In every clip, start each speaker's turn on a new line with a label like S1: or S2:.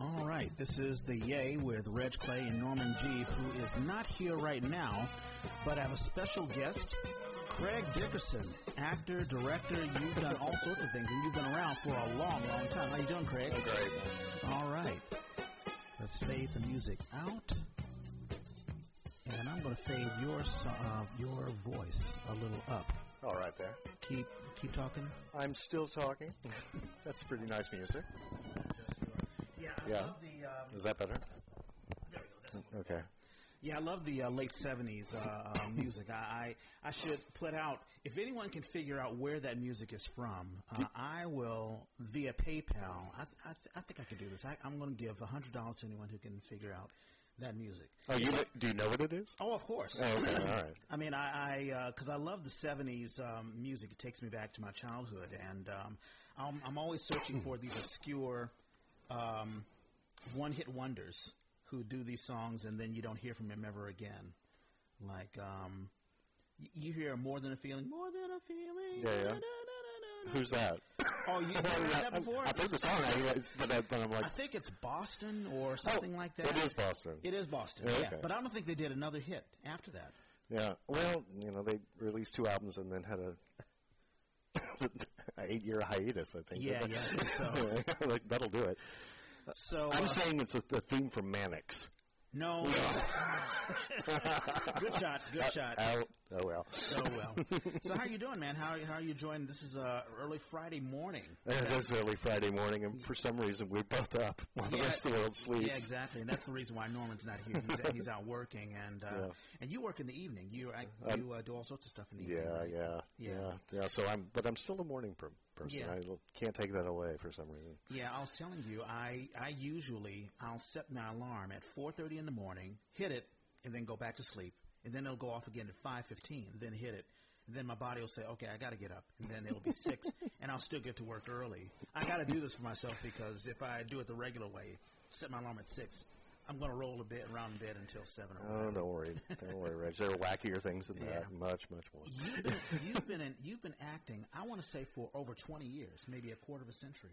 S1: All right, this is the Yay with Reg Clay and Norman G, who is not here right now, but I have a special guest, Craig Dickerson, actor, director. You've done all sorts of things, and you've been around for a long, long time. How you doing, Craig?
S2: I'm great.
S1: All right, let's fade the music out, and I'm going to fade your so- uh, your voice a little up.
S2: All right there.
S1: Keep keep talking.
S2: I'm still talking. That's pretty nice music.
S1: Yeah,
S2: I Yeah. love
S1: the. Um,
S2: Is that better? Okay.
S1: Yeah, I love the uh, late '70s uh, uh, music. I, I I should put out if anyone can figure out where that music is from. Uh, I will via PayPal. I th- I, th- I think I can do this. I, I'm going to give hundred dollars to anyone who can figure out that music.
S2: Oh, you do you know what it is?
S1: Oh, of course.
S2: Oh, okay. All right.
S1: I mean, I because I, uh 'cause I love the '70s um, music. It takes me back to my childhood, and um, I'm, I'm always searching for these obscure um, one-hit wonders who do these songs, and then you don't hear from them ever again. Like um, y- you hear "More Than a Feeling," "More Than a Feeling."
S2: Yeah, yeah.
S1: da-da-da-da-da.
S2: Who's that?
S1: Oh, you have heard that
S2: I-
S1: before?
S2: I, have heard the song, I realize- but, I, but I'm like,
S1: I think it's Boston or something like that.
S2: Oh, it is Boston.
S1: It is Boston.
S2: Yeah,
S1: yeah.
S2: okay.
S1: but I don't think they did another hit after that.
S2: yeah. Well, you know, they released two albums and then had a. an eight-year hiatus, I think.
S1: Yeah, yeah. I think So,
S2: like that'll do it.
S1: so
S2: I'm
S1: uh,
S2: saying it's a, a theme from Mannix.
S1: No. good shot. Good shot.
S2: Out. Oh well.
S1: So well. So how are you doing, man? How how are you enjoying? This is uh, early Friday morning.
S2: It is early Friday morning, and for some reason we're both up while the
S1: Yeah.
S2: rest of the world sleeps.
S1: Yeah, exactly. And that's the reason why Norman's not here. He's, he's out working, and uh,
S2: Yeah. Um,
S1: and you work in the evening. You I, you uh, do all sorts of stuff in the evening.
S2: Yeah,
S1: right?
S2: yeah, yeah,
S1: Yeah.
S2: yeah. So I'm, but I'm still a morning per- person.
S1: Yeah.
S2: I l- can't take that away for some reason.
S1: Yeah, I was telling you, I I usually I'll set my alarm at 4:30 in the morning, hit it, and then go back to sleep, and then it'll go off again at 5:15, then hit it. And then my body will say, "Okay, I got to get up," and then it'll be six, and I'll still get to work early. I got to do this for myself because if I do it the regular way, set my alarm at six, I'm going to roll a bit around in bed until seven. Or
S2: Oh, don't worry, don't worry, Reg. There are wackier things than
S1: Yeah.
S2: that. Much, much more.
S1: You've been, you've been in, you've been acting. I want to say for over 20 years, maybe a quarter of a century.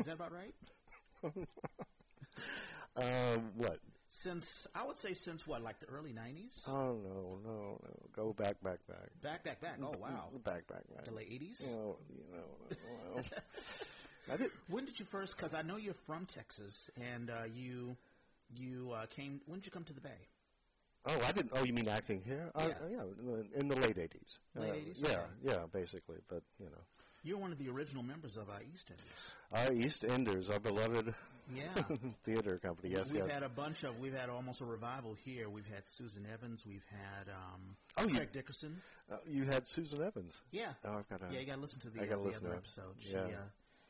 S1: Is that about right?
S2: Um, what?
S1: Since I would say since what, like the early 90s.
S2: Oh no, no, no. Go back, back, back.
S1: Back, back, back. Oh, wow.
S2: Back, back, back.
S1: The late 80s?
S2: No, you know. oh, well. I did.
S1: When did you first, because I know you're from Texas, and uh, you you uh, came, when did you come to the Bay?
S2: Oh, I didn't. Oh, you mean acting here? Uh,
S1: Yeah.
S2: yeah. In the late eighties. Uh,
S1: Late 80s?
S2: Yeah,
S1: Okay.
S2: yeah. Basically, but you know.
S1: You're one of the original members of uh, EastEnders.
S2: Our East Enders, our beloved
S1: Yeah.
S2: theater company. Yes,
S1: we've
S2: yes.
S1: had a bunch of, we've had almost a revival here. We've had Susan Evans, we've had um,
S2: Oh, you-
S1: Craig Dickerson.
S2: Uh, you had Susan Evans.
S1: Yeah.
S2: Oh, I've got to.
S1: yeah, you got to listen to the,
S2: I
S1: uh,
S2: gotta
S1: the
S2: listen
S1: other
S2: to it.
S1: episode. She,
S2: Yeah.
S1: uh,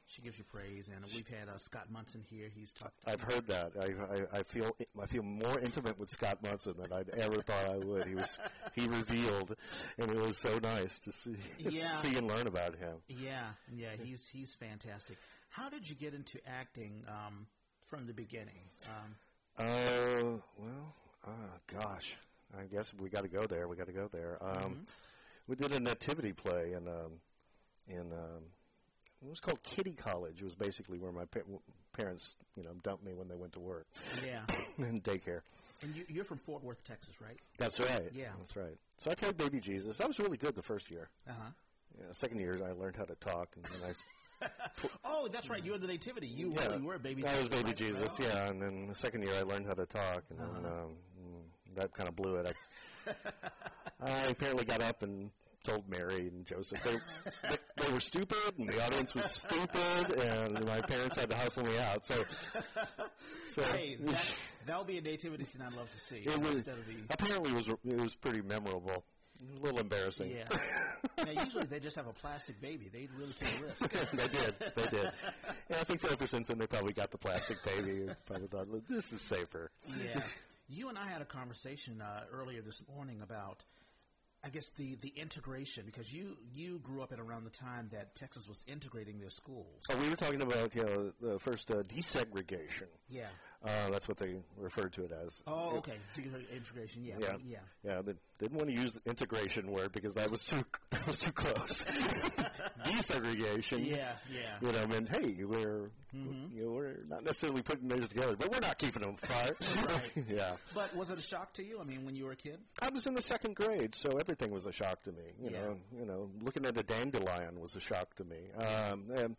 S1: she gives you praise, and we've had uh, Scott Munson here. He's talked.
S2: I've heard that. I, I, I feel I feel more intimate with Scott Munson than I'd ever thought I would. He was he revealed, and it was so nice to see
S1: Yeah.
S2: see and learn about him.
S1: Yeah, yeah, he's he's fantastic. How did you get into acting um, from the beginning? Um,
S2: Oh well, ah, gosh, I guess we got to go there. We got to go there. Um, We did a nativity play in um, in um, it was called Kitty College. It was basically where my pa- parents you know dumped me when they went to work
S1: yeah,
S2: in daycare.
S1: and you, you're from Fort Worth, Texas, right?
S2: That's right.
S1: Yeah.
S2: that's right. So I played Baby Jesus. I was really good the first year.
S1: Uh huh.
S2: Yeah, second year I learned how to talk, and then I, s-
S1: Oh, that's right. You're the nativity. You
S2: Yeah.
S1: really were baby.
S2: I was
S1: Jesus,
S2: Baby
S1: right?
S2: Jesus.
S1: Oh.
S2: Yeah, and then the second year I learned how to talk, and then
S1: Uh-huh.
S2: um, mm, that kind of blew it. I, I apparently got up and told Mary and Joseph they, they they were stupid, and the audience was stupid, and my parents had to hustle me out. So, so
S1: Hey, that that'll be a nativity scene I'd love to see
S2: it was
S1: instead of the.
S2: apparently it was it was pretty memorable. A little embarrassing.
S1: Yeah. now, usually they just have a plastic baby. They really take a risk.
S2: they did. They did. And I think ever since then, they probably got the plastic baby and probably thought, "Look, this is safer.
S1: Yeah. You and I had a conversation uh, earlier this morning about, I guess the the integration because you you grew up at around the time that Texas was integrating their schools.
S2: So Oh, we were talking about you know, the first uh, desegregation.
S1: Yeah.
S2: Uh, that's what they referred to it as.
S1: Oh, okay. Integra- Integration. Yeah.
S2: Yeah.
S1: Yeah.
S2: Yeah, they didn't want to use the integration word because that was too that was too close. Desegregation.
S1: Yeah. Mm-hmm. Yeah.
S2: You know, I mean, hey, we're you know, we're They're not necessarily putting theirs together, but we're not keeping them apart.
S1: Right.
S2: yeah.
S1: But was it a shock to you? I mean, when you were a kid?
S2: I was in the second grade, so everything was a shock to me. You
S1: Yeah.
S2: know, you know, looking at a dandelion was a shock to me. Um, and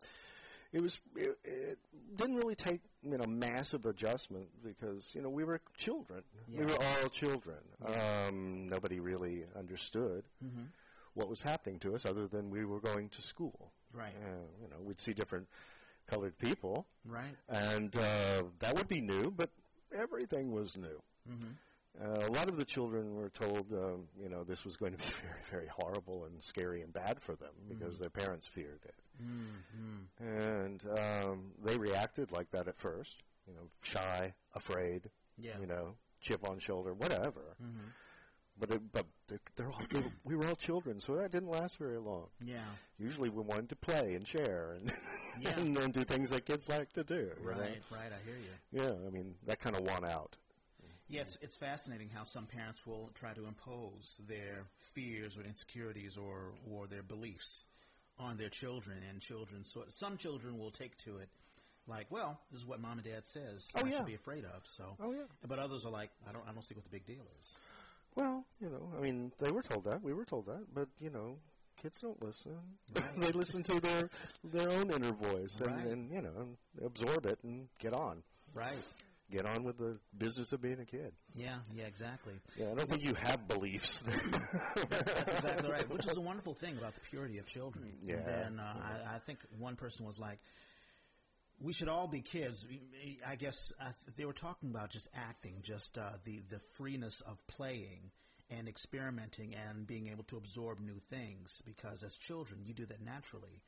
S2: it was it, it didn't really take you know massive adjustment because you know we were children.
S1: Yeah.
S2: We were all children. Um, nobody really understood
S1: Mm-hmm.
S2: what was happening to us, other than we were going to school.
S1: Right.
S2: Uh, you know, we'd see different colored people
S1: Right.
S2: and uh, that would be new, but everything was new.
S1: Mm-hmm.
S2: Uh, a lot of the children were told, um, you know, this was going to be very, very horrible and scary and bad for them
S1: Mm-hmm.
S2: because their parents feared it, and um, they reacted like that at first. You know, shy, afraid,
S1: Yeah. Mm-hmm.
S2: you know, chip on shoulder, whatever. But it, but they're, they're all, we were- we were all children, so that didn't last very long.
S1: Yeah.
S2: Usually, we wanted to play and share and
S1: Yeah.
S2: and, and do things that kids like to do. you know?
S1: Right. Right. I hear you.
S2: Yeah, I mean that kind of won out.
S1: Yeah, it's, it's fascinating how some parents will try to impose their fears or insecurities or, or their beliefs on their children, and children. So some children will take to it like, "Well, this is what mom and dad says.
S2: Oh,
S1: I
S2: yeah.
S1: should be afraid of." So,
S2: Oh, yeah.
S1: But others are like, "I don't, I don't see what the big deal is."
S2: Well, you know, I mean they were told that, we were told that, but you know, kids don't listen.
S1: Right.
S2: they listen to their their own inner voice and,
S1: Right.
S2: and you know and absorb it and get on,
S1: Right?
S2: get on with the business of being a kid.
S1: Yeah. Yeah. Exactly.
S2: Yeah, I don't think you have beliefs.
S1: That's exactly right. Which is a wonderful thing about the purity of children.
S2: Yeah.
S1: And uh, I, I think one person was like, "We should all be kids." I guess I th- they were talking about just acting, just uh, the the freeness of playing and experimenting and being able to absorb new things. Because as children, you do that naturally,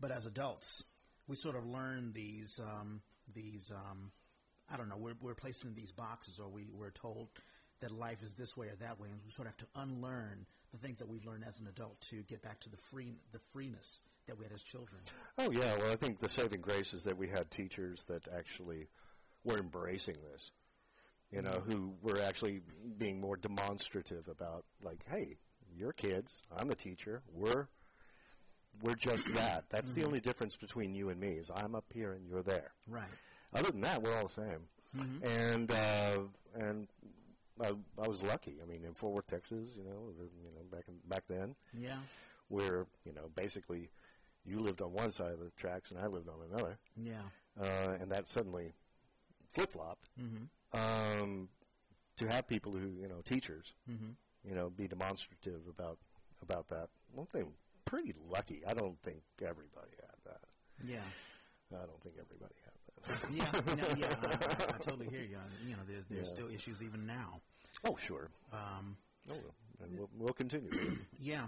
S1: but as adults, we sort of learn these um, these. Um, I don't know, we're, we're placed in these boxes or we, we're told that life is this way or that way, and we sort of have to unlearn the things that we've learned as an adult to get back to the free the freeness that we had as children.
S2: oh yeah, well I think the saving grace is that we had teachers that actually were embracing this. You know, who were actually being more demonstrative about like, hey, you're kids, I'm the teacher, we're we're just that. That's the only difference between you and me is I'm up here and you're there.
S1: Right.
S2: Other than that, we're all the same. And uh, and I, I was lucky. I mean, in Fort Worth, Texas, you know, you know, back in, back then,
S1: Yeah.
S2: where you know basically you lived on one side of the tracks and I lived on another,
S1: Yeah.
S2: uh, and that suddenly flip flopped. Um, to have people who you know teachers, you know, be demonstrative about about that. One thing, pretty lucky. I don't think everybody had that.
S1: Yeah.
S2: I don't think everybody had that.
S1: Yeah. No, yeah. I, I, I totally hear you. I- You know, there's, there's still issues even now.
S2: oh sure.
S1: Um,
S2: Oh, well, and we'll, we'll continue.
S1: yeah.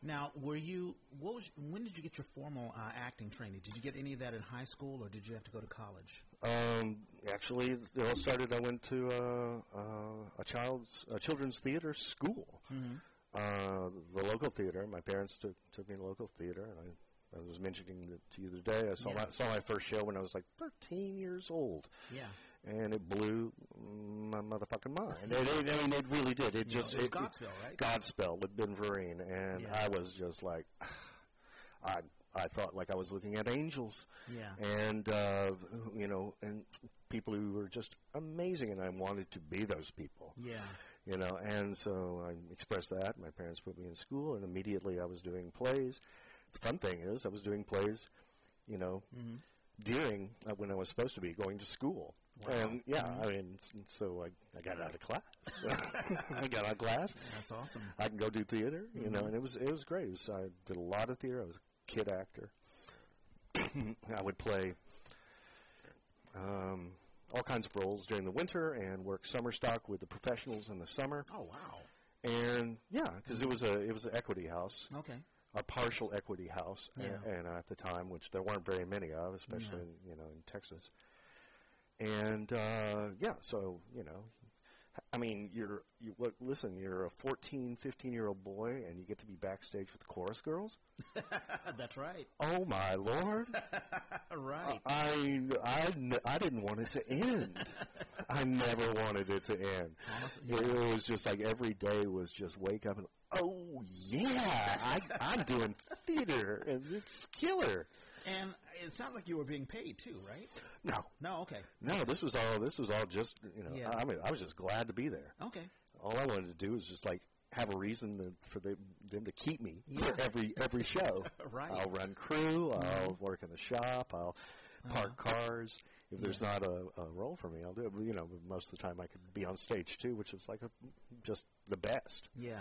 S1: Now, were you, what was, when did you get your formal uh, acting training? Did you get any of that in high school or did you have to go to college?
S2: um, actually, it all started. I went to uh, uh, a child's a children's theater school.
S1: Hmm. Mm-hmm.
S2: Uh, the local theater. My parents took took me to local theater, and I, I was mentioning that to you the other day. I saw
S1: Yeah.
S2: my saw my first show when I was like 13 years old.
S1: Yeah.
S2: and it blew my motherfucking mind. It, it, I mean, it really did. It just
S1: it was
S2: it,
S1: Godspell, right?
S2: Godspell with Ben Vereen, and
S1: Yeah.
S2: I was just like, I I thought like I was looking at angels,
S1: Yeah.
S2: and uh, you know, and people who were just amazing, and I wanted to be those people,
S1: Yeah.
S2: you know. And so I expressed that. My parents put me in school, and immediately I was doing plays. The fun thing is, I was doing plays, you know,
S1: Mm-hmm.
S2: during uh, when I was supposed to be going to school. And yeah, I mean, s- so I, I got out of class. I got out of class.
S1: That's awesome.
S2: I can go do theater, you know, and it was it was great. It was, I did a lot of theater. I was a kid actor. I would play um, all kinds of roles during the winter and work summer stock with the professionals in the summer.
S1: Oh, wow.
S2: And yeah, because it was a it was an equity house
S1: Okay.
S2: a partial equity house, a-
S1: Yeah.
S2: and, at the time, which there weren't very many of, especially
S1: No.
S2: in, you know in Texas. And uh, yeah, so you know, I mean, you're you look, listen, you're a 14, 15 year old boy, and you get to be backstage with the chorus girls.
S1: That's right. Uh,
S2: Oh my lord!
S1: Right.
S2: I, I n- I didn't want it to end. I never wanted it to end.
S1: Honestly,
S2: It was just like every day was just wake up and oh yeah, I, I'm doing theater and it's killer.
S1: And it sounds like you were being paid too, right?
S2: No,
S1: No, okay,
S2: no, this was all this was all just you know.
S1: Yeah.
S2: I mean, I was just glad to be there.
S1: okay.
S2: All I wanted to do was just like have a reason to, for them, them to keep me
S1: Yeah.
S2: for every every show.
S1: Right. Mm-hmm.
S2: I'll run crew. I'll work in the shop. I'll park
S1: Uh-huh.
S2: cars. If there's not a, a role for me, I'll do it. But, you know, most of the time I could be on stage too, which is like a, just the best.
S1: Yeah.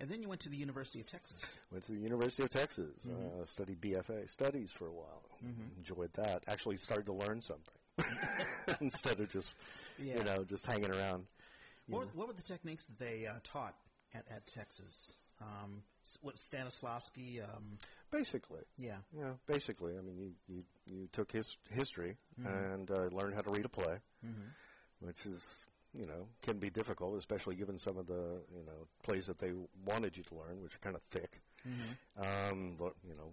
S1: And then you went to the University of Texas.
S2: Went to the University of Texas, uh, studied BFA studies for a while. Enjoyed that. Actually, started to learn something instead of just
S1: Yeah.
S2: you know just hanging around.
S1: What, what were the techniques that they uh, taught at, at Texas? Um, s- what Stanislavski? Um,
S2: Basically,
S1: yeah.
S2: yeah. Basically, I mean, you you, you took his history and uh, learned how to read a play, which is you know can be difficult, especially given some of the you know plays that they wanted you to learn, which are kind of thick.
S1: Mm-hmm.
S2: Um, but, you know,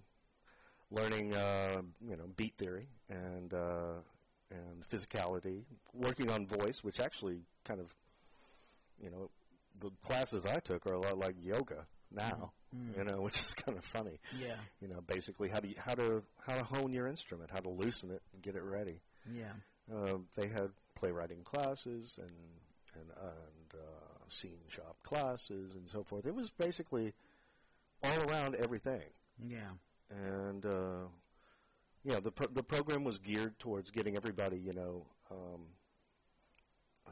S2: learning uh, you know beat theory and uh, and physicality, working on voice, which actually kind of you know the classes I took are a lot like yoga now, you know, which is kind of funny.
S1: Yeah.
S2: You know, basically how do you, how to how to hone your instrument, how to loosen it and get it ready.
S1: Yeah.
S2: Uh, they had playwriting classes and and and uh, scene shop classes and so forth. It was basically all around everything
S1: Yeah.
S2: and uh, yeah, the pro- the program was geared towards getting everybody, you know, um,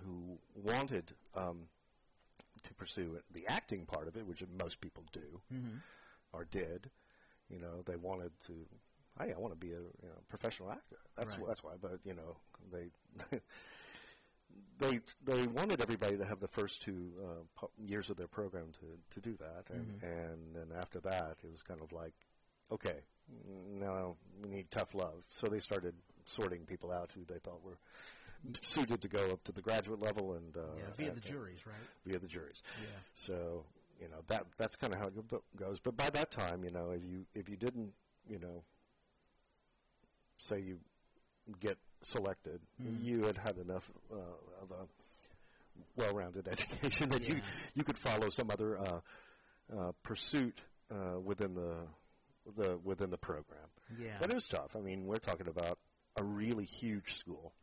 S2: who wanted um, to pursue it, the acting part of it, which most people do
S1: Mm-hmm.
S2: or did. You know, they wanted to. Hey, I want to be a you know, professional actor. That's
S1: Right.
S2: wh- that's why. But you know, they. They they wanted everybody to have the first two uh, po- years of their program to, to do that, and,
S1: Mm-hmm.
S2: and then after that it was kind of like okay, now we need tough love. So they started sorting people out who they thought were suited to go up to the graduate level and uh,
S1: Yeah. Via the
S2: and-
S1: juries, right?
S2: via the juries.
S1: Yeah.
S2: So you know that that's kind of how it go- goes. But by that time, you know, if you if you didn't, you know, say you get selected,
S1: Mm-hmm.
S2: you had had enough uh, of a well-rounded education that you
S1: Yeah.
S2: you could follow some other uh, uh, pursuit uh, within the the within the program.
S1: Yeah.
S2: But it was tough. I mean, we're talking about a really huge school.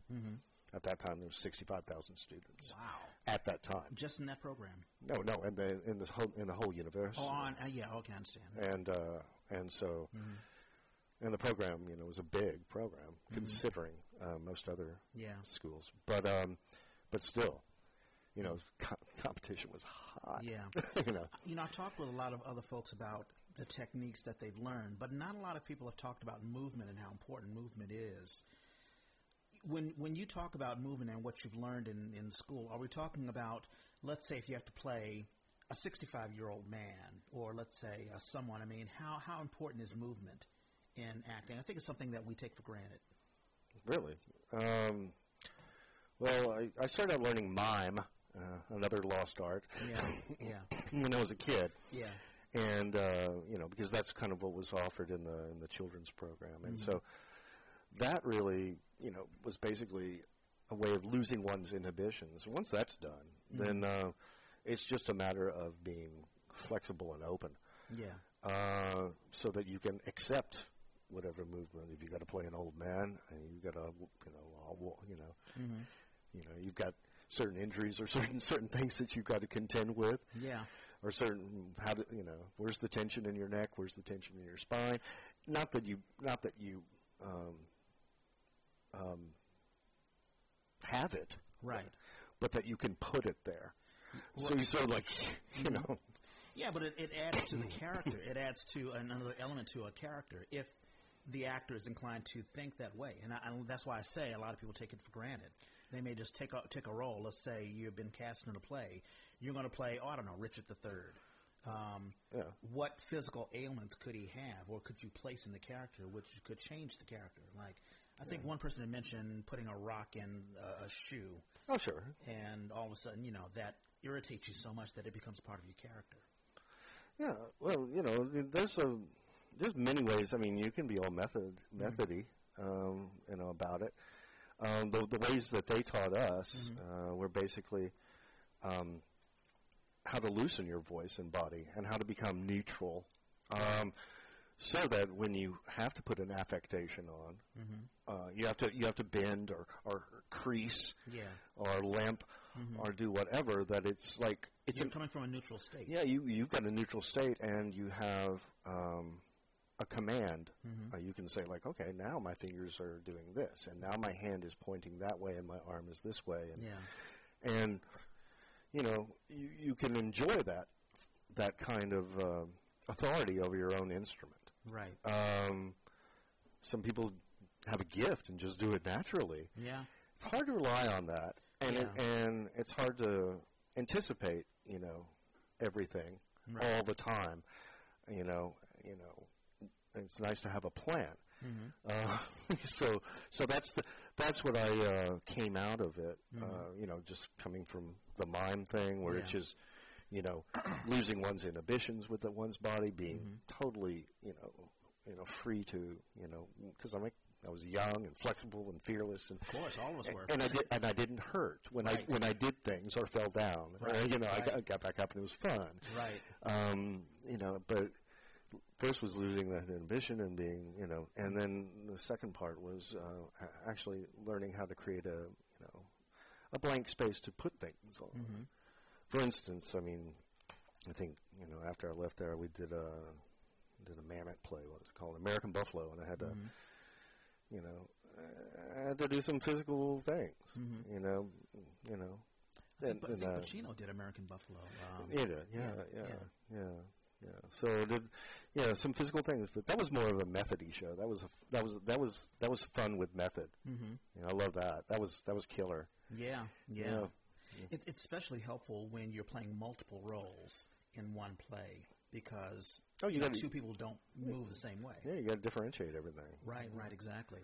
S2: At that time, there was sixty-five thousand students.
S1: Mm-hmm. Wow.
S2: At that time,
S1: Just in that program.
S2: no, no, and the in the whole in the whole universe,
S1: Oh, on. Uh, yeah. Okay, I understand.
S2: and uh, and so,
S1: Mm-hmm.
S2: and the program, you know, was a big program considering uh, most other
S1: Yeah.
S2: schools, but um, but still, you know, co- competition was hot.
S1: Yeah.
S2: you know,
S1: You know, I talked with a lot of other folks about the techniques that they've learned, but not a lot of people have talked about movement and how important movement is. When when you talk about movement and what you've learned in, in school, are we talking about, let's say, if you have to play a 65 year old man, or let's say uh, someone? I mean, how how important is movement in acting? I think it's something that we take for granted.
S2: really. Um, well, I, I started out learning mime, uh, another lost art,
S1: Yeah, yeah,
S2: when I was a kid.
S1: yeah,
S2: and uh, you know because that's kind of what was offered in the in the children's program, and so that really you know was basically a way of losing one's inhibitions. Once that's done, then uh, it's just a matter of being flexible and open,
S1: yeah,
S2: uh, so that you can accept whatever movement. If you got to play an old man, and you got to you know a wa- you know you know you've got certain injuries or certain certain things that you've got to contend with
S1: yeah,
S2: or certain how do you know where's the tension in your neck where's the tension in your spine not that you not that you um, um, have it
S1: right.
S2: but that you can put it there so you sort of like you know
S1: Yeah, but it, it adds to the character. It adds to another element to a character if the actor is inclined to think that way. And I, I, that's why I say a lot of people take it for granted. They may just take a, take a role. Let's say you've been cast in a play. You're going to play, oh, I don't know, Richard III. Um,
S2: Yeah.
S1: What physical ailments could he have, or could you place in the character, which could change the character? Like, I think one person had mentioned putting a rock in uh, a shoe,
S2: oh sure
S1: and all of a sudden, you know, that irritates you so much that it becomes part of your character.
S2: Yeah, well, you know, th- there's a there's many ways. I mean, you can be all method methody, um, you know, about it. Um, the, the ways that they taught us uh, were basically um, how to loosen your voice and body, and how to become neutral. Um, so that when you have to put an affectation on,
S1: Mm-hmm.
S2: uh, you have to you have to bend or, or crease
S1: Yeah.
S2: or limp
S1: Mm-hmm.
S2: or do whatever that it's like it's
S1: You're
S2: an,
S1: coming from a neutral state.
S2: yeah you you've got a neutral state and you have um, a command
S1: Mm-hmm.
S2: uh, you can say like okay now my fingers are doing this and now my hand is pointing that way and my arm is this way and
S1: Yeah.
S2: and you know you, you can enjoy that that kind of uh, authority over your own instrument.
S1: Right.
S2: Um, some people have a gift and just do it naturally.
S1: yeah.
S2: It's hard to rely on that, and
S1: Yeah.
S2: it, and it's hard to anticipate. You know, everything
S1: Right.
S2: all the time. You know, you know, it's nice to have a plan.
S1: Mm-hmm.
S2: Uh, so, so that's the that's what I uh, came out of it. Uh, you know, just coming from the mime thing, where it's
S1: Mm-hmm. Yeah.
S2: just you know losing one's inhibitions with the, one's body, being
S1: Mm-hmm.
S2: totally you know you know free to you know because I'm like, I was young and flexible and fearless and.
S1: Of course, all of us were.
S2: And I did, and I didn't hurt when
S1: Right.
S2: I when I did things or fell down.
S1: Right,
S2: you know, I, got,
S1: right.
S2: got back up and it was fun.
S1: Right.
S2: Um, you know, but first was losing that ambition and being, you know, and then the second part was uh, a- actually learning how to create a, you know, a blank space to put things on.
S1: Mm-hmm.
S2: For instance, I mean, I think you know after I left there, we did a did a mammoth play. What it's called, American Buffalo, and I had to,
S1: Mm-hmm.
S2: you know, I had to do some physical things. You know, you know. And,
S1: But Mm-hmm. I
S2: and,
S1: think
S2: uh,
S1: Pacino did American Buffalo. Um,
S2: yeah, yeah, yeah, yeah, yeah. yeah. So it did yeah, some physical things, but that was more of a methody show. That was a, that was that was that was fun with method. Mm-hmm. I love that. That was that was killer.
S1: Yeah, yeah.
S2: Yeah.
S1: It, it's especially helpful when you're playing multiple roles in one play because
S2: Oh, you
S1: know,
S2: gotta-
S1: two people don't move the same way.
S2: Yeah, Mm-hmm. you got to differentiate everything.
S1: Right, right, exactly.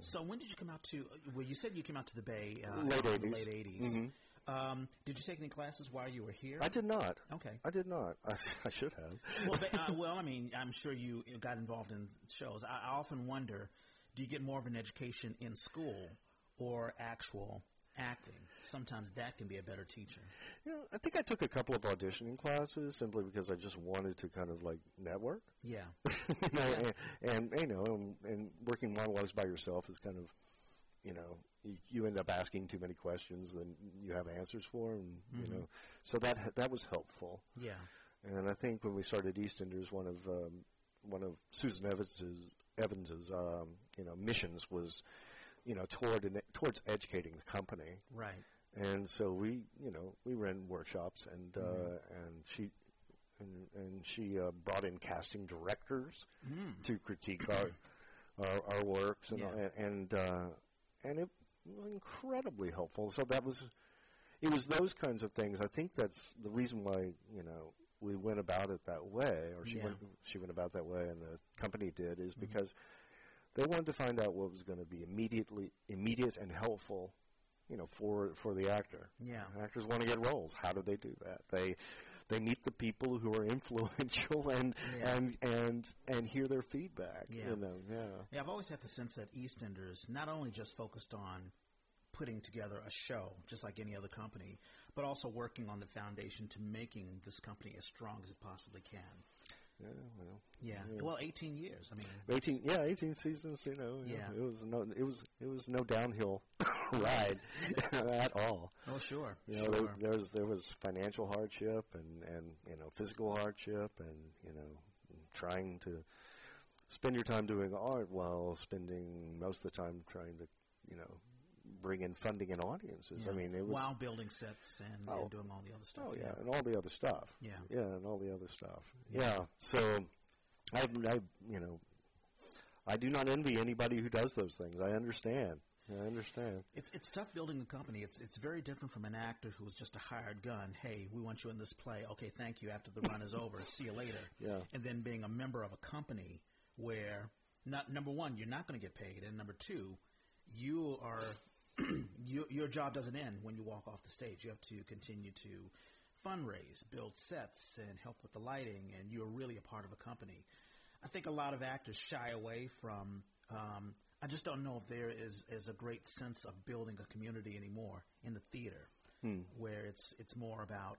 S1: So when did you come out to? Well, you said you came out to the Bay uh,
S2: Late
S1: in the
S2: 80s.
S1: late 80s Um, did you take any classes while you were here?
S2: I did not.
S1: Okay.
S2: I did not. I, I should have.
S1: well, they, uh, well, I mean, I'm sure you got involved in shows. I, I often wonder, do you get more of an education in school or actual acting? Sometimes that can be a better teacher.
S2: Yeah, I think I took a couple of auditioning classes simply because I just wanted to kind of like network.
S1: Yeah,
S2: you know, and, and you know, and, and working monologues by yourself is kind of, you know, you, you end up asking too many questions than you have answers for, and you know, so that that was helpful.
S1: yeah,
S2: And I think when we started EastEnders, one of um, one of Susan Evans's Evans's um, you know missions was, you know, toward an, towards educating the company,
S1: right.
S2: and so we you know we ran workshops and uh, and she and, and she uh, brought in casting directors
S1: Hmm,
S2: to critique our, our our works and
S1: Yeah.
S2: and uh, and it was incredibly helpful so that was it was those kinds of things I think that's the reason why you know we went about it that way or she
S1: Yeah. Mm-hmm.
S2: went she went about that way and the company did is because they wanted to find out what was going to be immediately immediate and helpful you know for for the actor
S1: Yeah.
S2: actors want to get roles how do they do that they they meet the people who are influential and
S1: Yeah.
S2: and and and hear their feedback
S1: Yeah.
S2: you know yeah
S1: Yeah, I've always had the sense that EastEnders not only just focused on putting together a show, just like any other company, but also working on the foundation to making this company as strong as it possibly can.
S2: yeah well
S1: Yeah. Well, 18 years. I mean,
S2: 18 yeah 18 seasons you know you
S1: Yeah.
S2: know, it was no it was it was no downhill ride at all
S1: oh, sure.
S2: you know
S1: sure.
S2: there, there was there was financial hardship and and you know physical hardship and you know trying to spend your time doing art while spending most of the time trying to you know bring in funding and audiences i mean it was
S1: While building sets and,
S2: Oh.
S1: and doing all the other stuff.
S2: Oh yeah, and all the other stuff.
S1: Yeah.
S2: yeah, and all the other stuff. Yeah. So, I, I, you know, I do not envy anybody who does those things. I understand. I understand.
S1: It's it's tough building a company. It's it's very different from an actor who's just a hired gun. Hey, we want you in this play. Okay, thank you. After the run is over, see you later.
S2: Yeah.
S1: And then being a member of a company where not number one, you're not going to get paid, and number two, you are your your job doesn't end when you walk off the stage. You have to continue to fundraise, build sets, and help with the lighting, and you're really a part of a company. I think a lot of actors shy away from. Um, I just don't know if there is, is a great sense of building a community anymore in the theater, where it's it's more about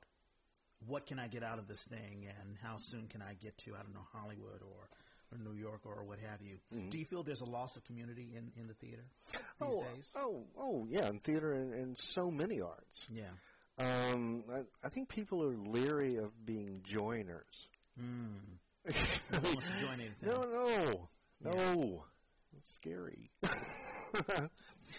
S1: what can I get out of this thing and how soon can I get to I don't know Hollywood or or New York or what have you. Do you feel there's a loss of community in, in the theater these
S2: Mm-hmm. oh,
S1: days?
S2: oh, oh, yeah, in theater and, and so many arts.
S1: Yeah.
S2: Um, I, I think people are leery of being joiners.
S1: No one Hmm. wants to join anything.
S2: No, no, no. It's scary.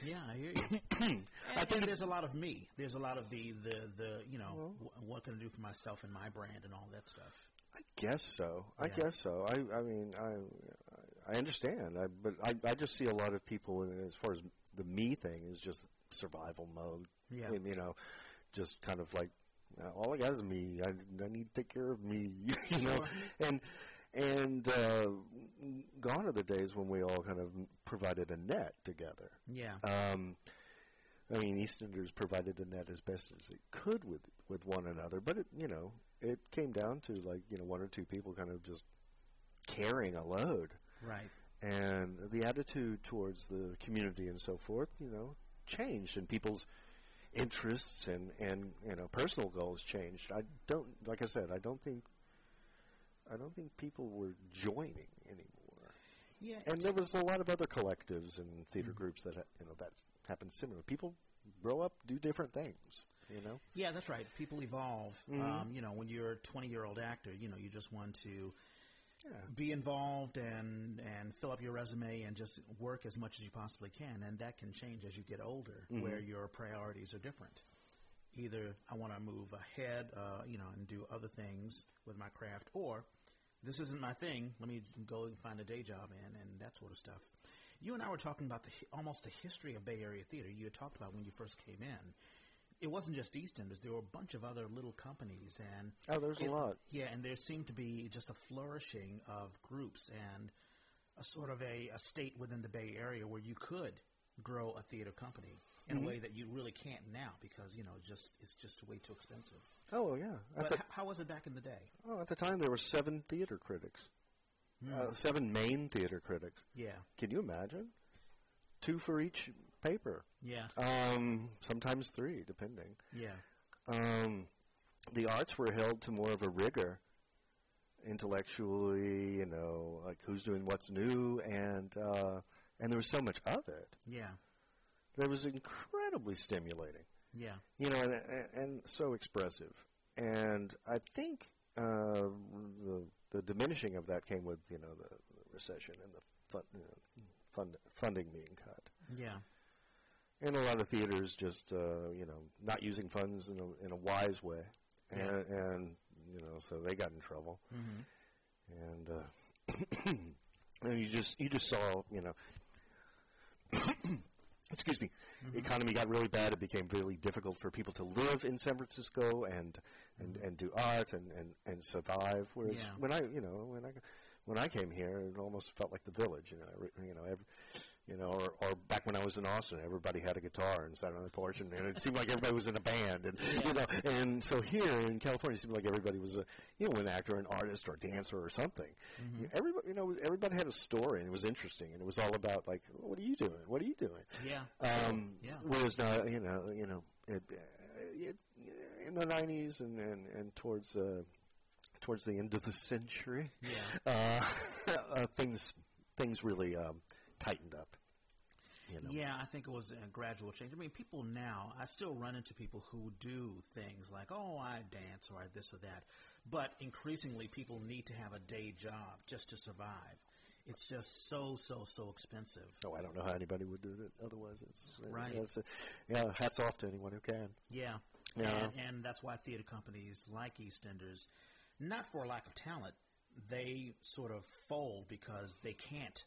S1: Yeah, I hear you. and, I think there's a lot of me. There's a lot of the the the you know wh- what can I do for myself and my brand and all that stuff.
S2: I guess so. I guess so. I, I mean, I, I understand. I, but I, I just see a lot of people, in- as far as the me thing, is just survival mode.
S1: Yeah.
S2: And, you know, just kind of like, uh, all I got is me. I, I need to take care of me. You know, and and uh, gone are the days when we all kind of provided a net together.
S1: Yeah,
S2: Um, I mean, Easterners provided the net as best as it could with with one another, but it you know it came down to like you know one or two people kind of just carrying a load,
S1: right.
S2: and the attitude towards the community and so forth, you know, changed, and people's interests and and you know personal goals changed. I don't like I said, I don't think I don't think people were joining anymore
S1: Yeah,
S2: and there was a lot of other collectives and theater groups that ha- you know that happened similar. People grow up, do different things. You know,
S1: yeah, that's right. People evolve.
S2: Mm-hmm.
S1: Um, you know, when you're a 20 year old actor, you know, you just want to be involved and and fill up your resume and just work as much as you possibly can, and that can change as you get older,
S2: Mm-hmm.
S1: where your priorities are different. Either I want to move ahead, uh, you know, and do other things with my craft, or this isn't my thing. Let me go and find a day job in, and that sort of stuff. You and I were talking about the hi- almost the history of Bay Area theater. You had talked about when you first came in. It wasn't just EastEnders. There were a bunch of other little companies, and
S2: Oh, there's a
S1: it-
S2: lot.
S1: Yeah, and there seemed to be just a flourishing of groups and a sort of a, a state within the Bay Area where you could grow a theater company in a way that you really can't now because you know just it's just way too expensive.
S2: oh yeah. At
S1: But
S2: the,
S1: h- how was it back in the day?
S2: oh, at the time there were seven theater critics, uh, seven main theater critics.
S1: Yeah,
S2: Can you imagine? Two for each paper,
S1: yeah,
S2: um, sometimes three, depending.
S1: yeah,
S2: um, the arts were held to more of a rigor intellectually, you know, like who's doing what's new, and uh, and there was so much of it
S1: yeah,
S2: that was incredibly stimulating,
S1: yeah,
S2: you know, and, and so expressive. And I think uh, the the diminishing of that came with you know the, the recession and the fund, you know, fund, funding being cut
S1: yeah,
S2: and a lot of theaters just uh, you know not using funds in a, in a wise way, and, and you know so they got in trouble,
S1: Mm-hmm.
S2: and uh, and you just you just saw you know. Excuse me. The economy got really bad. It became really difficult for people to live in San Francisco and and, and do art and, and, and survive. Whereas
S1: Yeah.
S2: when I you know when I when I came here, it almost felt like the village. You know, every, you know, every, you know, or, or back when I was in Austin, everybody had a guitar and sat on the porch, and, and it seemed like everybody was in a band, and you know, and so here in California, it seemed like everybody was a you know an actor, an artist, or a dancer, or something.
S1: Mm-hmm.
S2: Everybody, you know, everybody had a story, and it was interesting, and it was all about like, what are you doing? What are you doing?
S1: yeah,
S2: Um,
S1: Yeah.
S2: Whereas now, you know, you know, it, uh, it, in the '90s and and and towards uh, towards the end of the century,
S1: Yeah.
S2: uh, uh, things things really um, tightened up. You know,
S1: Yeah, I think it was a gradual change. I mean, people now, I still run into people who do things like, oh, I dance or I this or that. But increasingly, people need to have a day job just to survive. It's just so, so, so expensive.
S2: Oh, I don't know how anybody would do it otherwise. It's,
S1: Right.
S2: That's a, yeah, hats off to anyone who can.
S1: Yeah.
S2: Yeah.
S1: And, and that's why theater companies like EastEnders, not for lack of talent, they sort of fold because they can't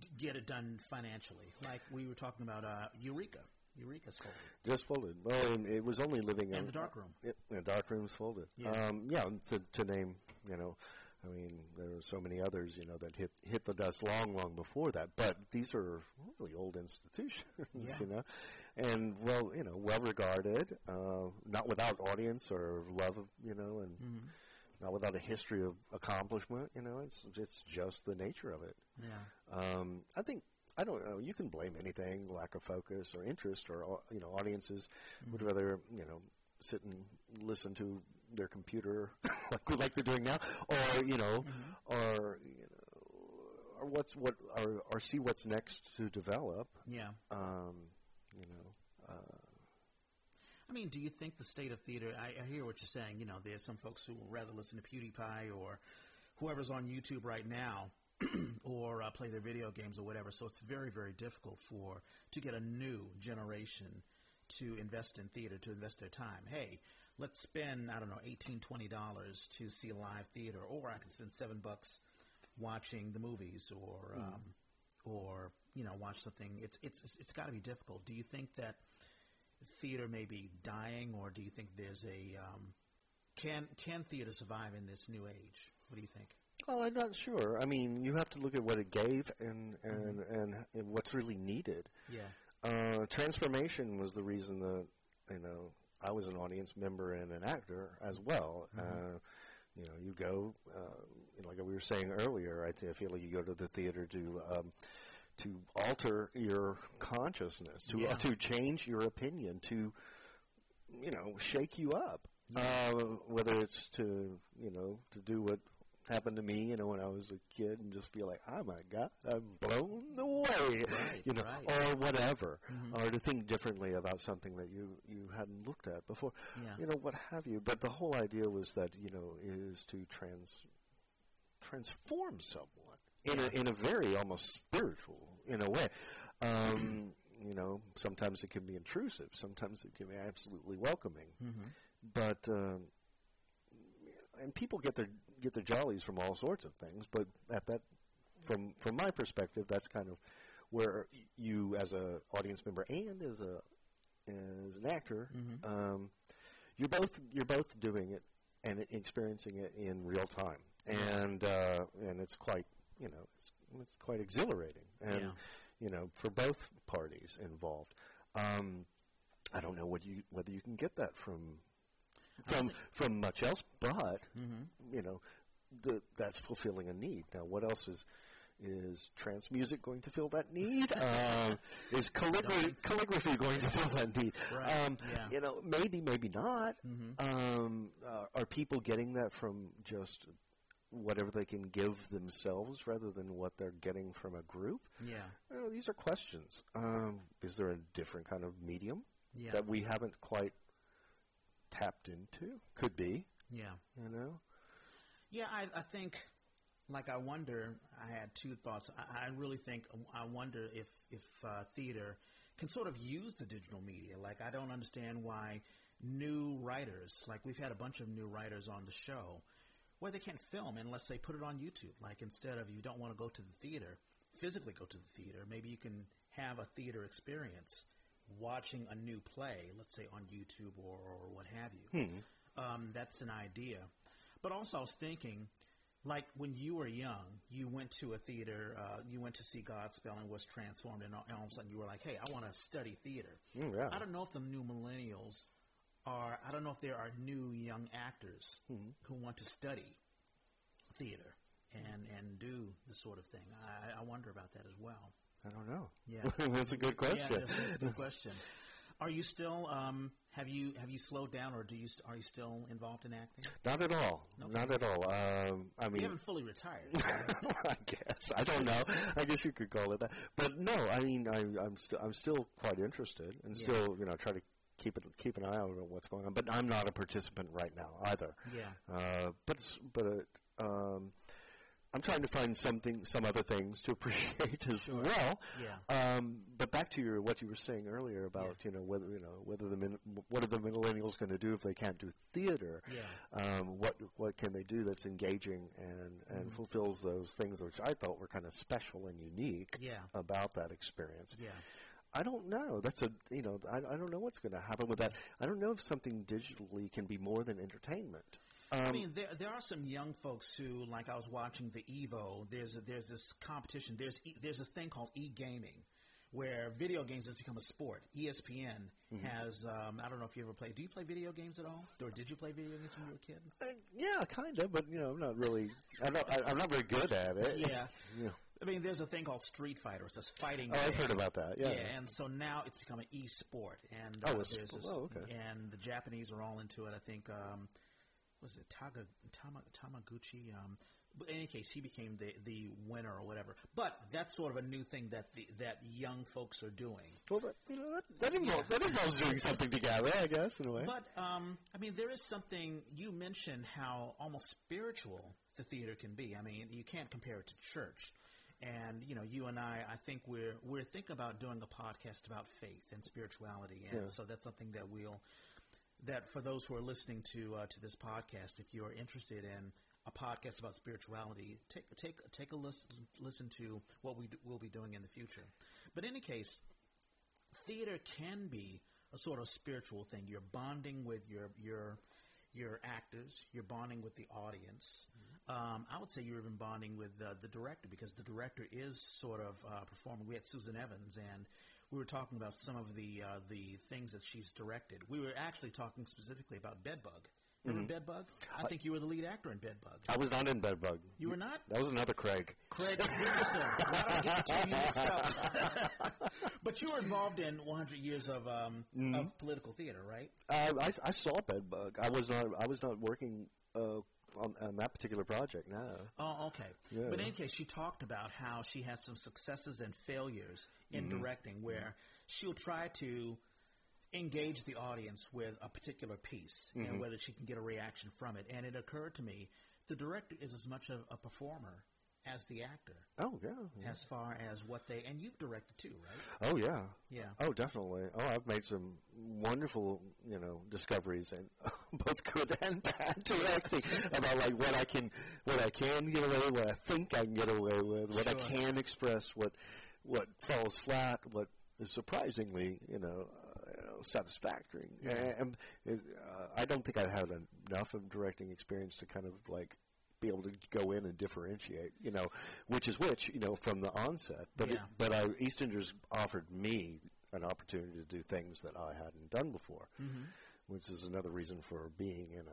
S1: d- get it done financially. Like we were talking about uh, Eureka. Eureka's folded.
S2: Just folded. Well, and it was only living
S1: In
S2: on-
S1: the dark room.
S2: It, the dark room's folded.
S1: Yeah.
S2: Um, yeah. and To, to name, you know, I mean, there are so many others, you know, that hit hit the dust long, long before that. But these are really old institutions,
S1: Yeah.
S2: you know, and well, you know, well regarded, uh, not without audience or love, of, you know, and not without a history of accomplishment. You know, it's it's just the nature of it.
S1: Yeah.
S2: Um, I think I don't know. You can blame anything, lack of focus or interest, or au- you know, audiences would rather you know sit and listen to their computer like like they're doing now, or you know, or you know, or what's what or, or see what's next to develop.
S1: Yeah.
S2: Um, you know, uh,
S1: I mean, do you think the state of theater? I, I hear what you're saying. You know, there's some folks who would rather listen to PewDiePie or whoever's on YouTube right now, or uh, play their video games or whatever. So it's very, very difficult for to get a new generation to invest in theater, to invest their time. Hey, let's spend I don't know eighteen, twenty dollars to see live theater, or I can spend seven bucks watching the movies, or um, or you know watch something. It's it's it's, it's got to be difficult. Do you think that theater may be dying, or do you think there's a um, can can theater survive in this new age? What do you think?
S2: Well, I'm not sure. I mean, you have to look at what it gave and and and, and what's really needed.
S1: Yeah.
S2: Uh, transformation was the reason that you know I was an audience member and an actor as well.
S1: Mm-hmm.
S2: Uh, you know, you go uh, like we were saying earlier. I, th- I feel like you go to the theater to um, to alter your consciousness, to uh,
S1: Yeah.
S2: to change your opinion, to you know shake you up. Uh, whether it's to you know to do what happened to me, you know, when I was a kid, and just feel like, oh my god, I'm blown away, you know,
S1: right.
S2: or whatever, or to think differently about something that you you hadn't looked at before,
S1: Yeah.
S2: you know, what have you. But the whole idea was that you know is to trans transform someone in a, in a very almost spiritual in a way. Um, you know, sometimes it can be intrusive, sometimes it can be absolutely welcoming,
S1: Mm-hmm,
S2: but um, and people get their get their jollies from all sorts of things. But at that, from from my perspective, that's kind of where you as a audience member and as a as an actor. Um, you're both you're both doing it and it- experiencing it in real time, and uh, and it's quite you know it's, it's quite exhilarating, and
S1: Yeah.
S2: you know for both parties involved. Um, I don't know what you whether you can get that from from from much else, but
S1: Mm-hmm.
S2: you know the, that's fulfilling a need. Now, what else is is trance music going to fill that need? um, is calligraphy, calligraphy going to fill that need?
S1: Right,
S2: Um,
S1: yeah. Mm-hmm.
S2: You know, maybe, maybe not. Um, uh, are people getting that from just whatever they can give themselves rather than what they're getting from a group?
S1: Yeah.
S2: Uh, these are questions. Um, is there a different kind of medium
S1: Yeah.
S2: that we haven't quite tapped into? Could be,
S1: Yeah.
S2: you know.
S1: Yeah, I, I think, like, I wonder. I had two thoughts. I, I really think I wonder if if uh, theater can sort of use the digital media. Like, I don't understand why new writers, like, we've had a bunch of new writers on the show, where they can't film unless they put it on YouTube. Like, instead of you don't want to go to the theater, physically go to the theater. Maybe you can have a theater experience watching a new play, let's say on YouTube or, or what have you. Um, that's an idea. But also, I was thinking, like when you were young, you went to a theater, uh, you went to see Godspell and was transformed, and all, and all of a sudden you were like, hey, I want to study theater.
S2: Mm, yeah.
S1: I don't know if the new millennials are, I don't know if there are new young actors
S2: Mm-hmm.
S1: who want to study theater and, and do this sort of thing. I, I wonder about that as well.
S2: I don't know.
S1: Yeah.
S2: that's a good
S1: Yeah,
S2: question.
S1: that's, that's a good question. Are you still? Um, have you have you slowed down, or do you st- are you still involved in acting?
S2: Not at all. Not at all. Um, I
S1: You
S2: mean,
S1: haven't fully retired.
S2: I guess I don't know. I guess you could call it that. But no, I mean, I, I'm still I'm still quite interested, and still you know try to keep it keep an eye out on what's going on. But I'm not a participant right now either.
S1: Yeah.
S2: Uh, but it's- but um, I'm trying to find something some other things to appreciate as well.
S1: Yeah.
S2: Um, but back to your what you were saying earlier about you know whether you know whether the min, what are the millennials going to do if they can't do theater?
S1: Yeah.
S2: Um, what what can they do that's engaging and
S1: Mm-hmm.
S2: and fulfills those things which I thought were kind of special and unique
S1: Yeah.
S2: about that experience?
S1: Yeah.
S2: I don't know. That's a you know I, I don't know what's going to happen with that. I don't know if something digitally can be more than entertainment.
S1: I mean, there there are some young folks who, like, I was watching the Evo. There's a, there's this competition. There's e, there's this thing called e gaming, where video games has become a sport. E ESPN
S2: Mm-hmm.
S1: has. Um, I don't know if you ever played. Do you play video games at all, or did you play video games when you were a kid?
S2: Uh, yeah, kind of, but you know I'm not really I don't, I, I'm not very good at it.
S1: Yeah.
S2: yeah.
S1: I mean, there's a thing called Street Fighter. It's a fighting.
S2: Oh, I've
S1: game.
S2: heard about that.
S1: Yeah.
S2: Yeah.
S1: and so now it's become an e-sport, and
S2: Oh,
S1: uh,
S2: it's-
S1: there's this,
S2: oh, okay.
S1: and the Japanese are all into it. I think um, was it Taga, Tama, Tamaguchi? Um, But in any case, he became the the winner or whatever. But that's sort of a new thing that the, that young folks are doing.
S2: Well, that, you know, that, that, involves, that involves doing something together, I guess, in a way.
S1: But um, I mean, there is something you mentioned how almost spiritual the theater can be. I mean, you can't compare it to church. And you know, you and I, I think we're we're thinking about doing a podcast about faith and spirituality, and
S2: Yeah.
S1: so that's something that we'll that for those who are listening to uh, to this podcast, if you are interested in a podcast about spirituality, take take take a listen listen to what we d- will be doing in the future. But in any case, theater can be a sort of spiritual thing. You're bonding with your your your actors. You're bonding with the audience. Um, I would say you're even bonding with uh, the director because the director is sort of uh, performing. We had Susan Evans, and we were talking about some of the uh, the things that she's directed. We were actually talking specifically about Bedbug. Remember Bedbug? Mm-hmm. I think you were the lead actor in Bedbug.
S2: I was not in Bedbug.
S1: You were not.
S2: That was another Craig.
S1: Craig Ferguson. Why do I get the two you mixed up? but you were involved in 100 years of um, of political theater, right?
S2: Uh, I, I saw Bedbug. I was not. I was not working uh, on, on that particular project. No.
S1: Oh, okay.
S2: Yeah.
S1: But in any case, she talked about how she had some successes and failures in
S2: Mm-hmm.
S1: directing, where she'll try to engage the audience with a particular piece
S2: Mm-hmm.
S1: and whether she can get a reaction from it. And it occurred to me, the director is as much of a performer as the actor,
S2: Oh yeah. yeah.
S1: as far as what they and you've directed too, right?
S2: Oh yeah.
S1: Yeah.
S2: Oh, definitely. Oh, I've made some wonderful, you know, discoveries, and both good and bad directing about like what I can, what I can get away, with, what I think I can get away with, what I
S1: Sure.
S2: can express, what what falls flat, what is surprisingly, you know, uh, you know satisfactory. And, and uh, I don't think I've had enough of directing experience to kind of like be able to go in and differentiate, you know, which is which, you know, from the onset. But it,
S1: Yeah.
S2: but I, EastEnders offered me an opportunity to do things that I hadn't done before, which is another reason for being in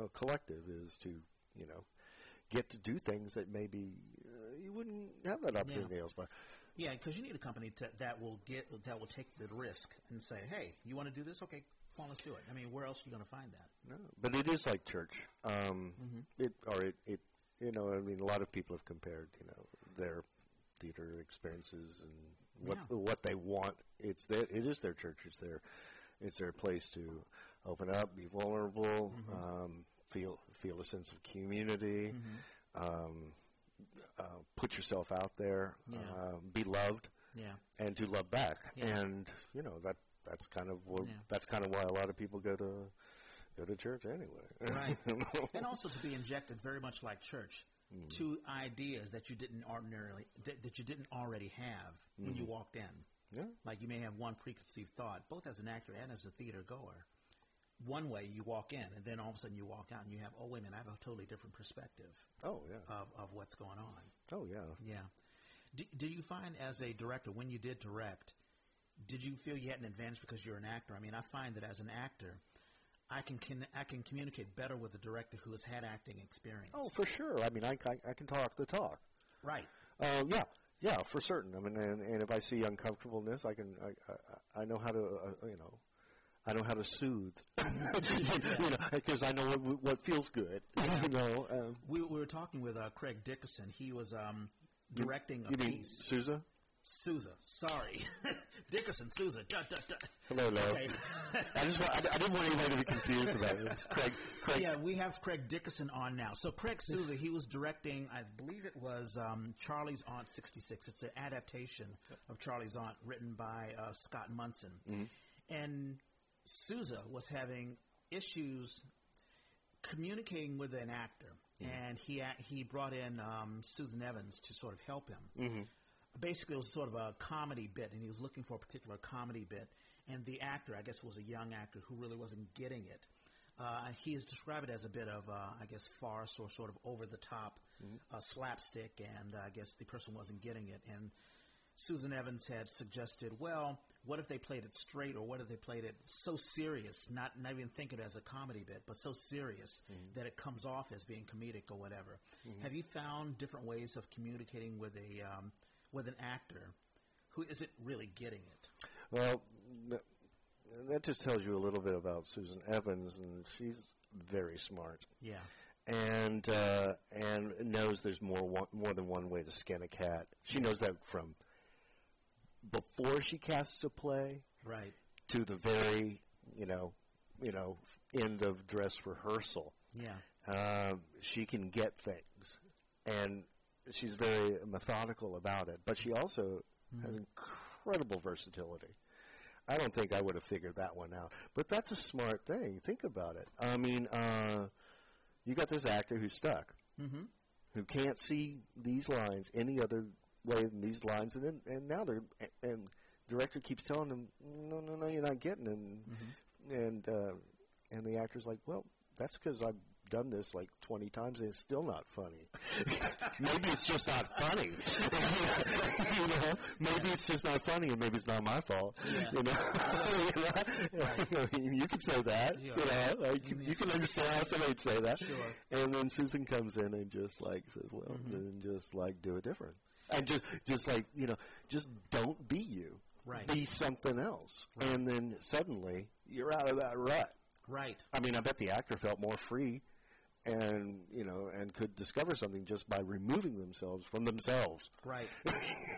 S2: a, a collective is to you know get to do things that maybe uh, you wouldn't have that opportunity elsewhere.
S1: Yeah, because you need a company to, that will get that will take the risk and say, "Hey, you want to do this? Okay, come on, let's do it." I mean, where else are you going to find that?
S2: No, but it is like church. Um,
S1: Mm-hmm.
S2: It or it, it, you know. I mean, a lot of people have compared, you know, their theater experiences and what
S1: Yeah.
S2: what they want. It's their it is their church. It's their it's their place to open up, be vulnerable,
S1: Mm-hmm.
S2: um, feel feel a sense of community,
S1: Mm-hmm.
S2: um, uh, put yourself out there,
S1: Yeah.
S2: um, be loved
S1: Yeah,
S2: and to love back.
S1: Yeah.
S2: And you know that that's kind of what,
S1: Yeah.
S2: that's kind of why a lot of people go to go to church anyway.
S1: right. and also to be injected, very much like church, to ideas that you didn't ordinarily that, that you didn't already have when you walked in.
S2: yeah.
S1: Like you may have one preconceived thought, both as an actor and as a theater goer. One way you walk in, and then all of a sudden you walk out, and you have, "Oh wait a minute, I have a totally different perspective
S2: Oh yeah.
S1: of of what's going on."
S2: Oh yeah.
S1: Yeah. Do, do you find as a director, when you did direct, did you feel you had an advantage because you're an actor? I mean, I find that as an actor, I can, can I can communicate better with a director who has had acting experience.
S2: Oh, for sure. I mean, I I, I can talk the talk.
S1: right.
S2: Uh, yeah. Yeah, for certain. I mean, and, and if I see uncomfortableness, I can I I, I know how to uh, you know. I know how to soothe, you know, because I know what, what feels good. You know, um,
S1: We, we were talking with uh, Craig Dickerson. He was um, directing a
S2: you mean
S1: piece.
S2: Sousa?
S1: Sousa, sorry, Dickerson, Sousa. Duh, duh, duh.
S2: Hello, Lo.
S1: Okay.
S2: I just want, I, I didn't want anybody to be confused about it. It's Craig, Craig
S1: Yeah, we have Craig Dickerson on now. So Craig Souza, he was directing, I believe it was um, Charlie's Aunt 66. It's an adaptation of Charlie's Aunt written by uh, Scott Munson. And Souza was having issues communicating with an actor, and he a- he brought in um, Susan Evans to sort of help him. Basically, it was sort of a comedy bit, and he was looking for a particular comedy bit. And the actor, I guess, was a young actor who really wasn't getting it. Uh, he has described it as a bit of, uh, I guess, farce or sort of over the top uh, slapstick, and uh, I guess the person wasn't getting it. And Susan Evans had suggested, well, what if they played it straight, or what if they played it so serious, not not even think it as a comedy bit, but so serious that it comes off as being comedic or whatever? Have you found different ways of communicating with a um, with an actor who isn't really getting it?
S2: Well, th- that just tells you a little bit about Susan Evans, and she's very smart.
S1: Yeah,
S2: and uh, and knows there's more one, more than one way to skin a cat. She knows that from before she casts a play
S1: Right.
S2: to the very you know you know end of dress rehearsal.
S1: Yeah.
S2: Um, she can get things, and she's very methodical about it. But she also has incredible versatility. I don't think I would have figured that one out, but that's a smart thing. Think about it. I mean, uh, you got this actor who's stuck,
S1: Mhm.
S2: who can't see these lines any other way than these lines, and then, and now they're and director keeps telling him, no, no, no, you're not getting it, and
S1: Mm-hmm.
S2: and uh, and the actor's like, well, that's because I've done this like 20 times and it's still not funny. maybe it's just not funny. you know, maybe it's just not funny and maybe it's not my fault. You know, I mean, you can say that.
S1: Yeah. Mm-hmm.
S2: You know, like, you can understand how somebody'd say that.
S1: Sure.
S2: And then Susan comes in and just like says, well, then just like do it different. And just, just like you know, just don't be you.
S1: Right.
S2: Be something else. And then suddenly you're out of that rut.
S1: Right.
S2: I mean, I bet the actor felt more free, and you know, and could discover something just by removing themselves from themselves.
S1: Right.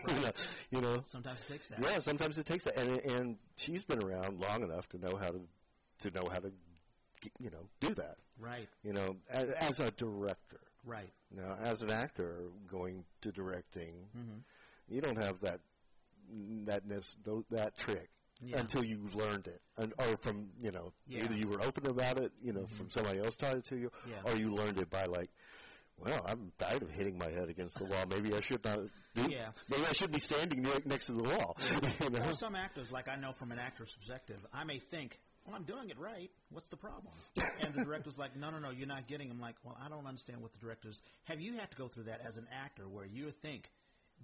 S2: you know, you know.
S1: Sometimes it takes that.
S2: Yeah, sometimes it takes that, and and she's been around long enough to know how to to know how to you know do that.
S1: Right.
S2: You know, as, as a director.
S1: Right.
S2: Now, as an actor going to directing,
S1: Hmm. Mm-hmm.
S2: you don't have that that nes- tho- that trick
S1: Yeah.
S2: until you've learned it, and, or from you know
S1: Yeah. Mm-hmm.
S2: either you were open about it, you know, from somebody else taught it to you,
S1: Yeah.
S2: or you learned it by like. Well, I'm tired of hitting my head against the wall. Maybe I should not. Do,
S1: Yeah.
S2: Maybe I should be standing ne- next to the wall. you know?
S1: Well, some actors, like I know from an actor's perspective, I may think, well, I'm doing it right. What's the problem? and the director's like, no, no, no, you're not getting. I'm like, well, I don't understand what the director's. Have you had to go through that as an actor, where you think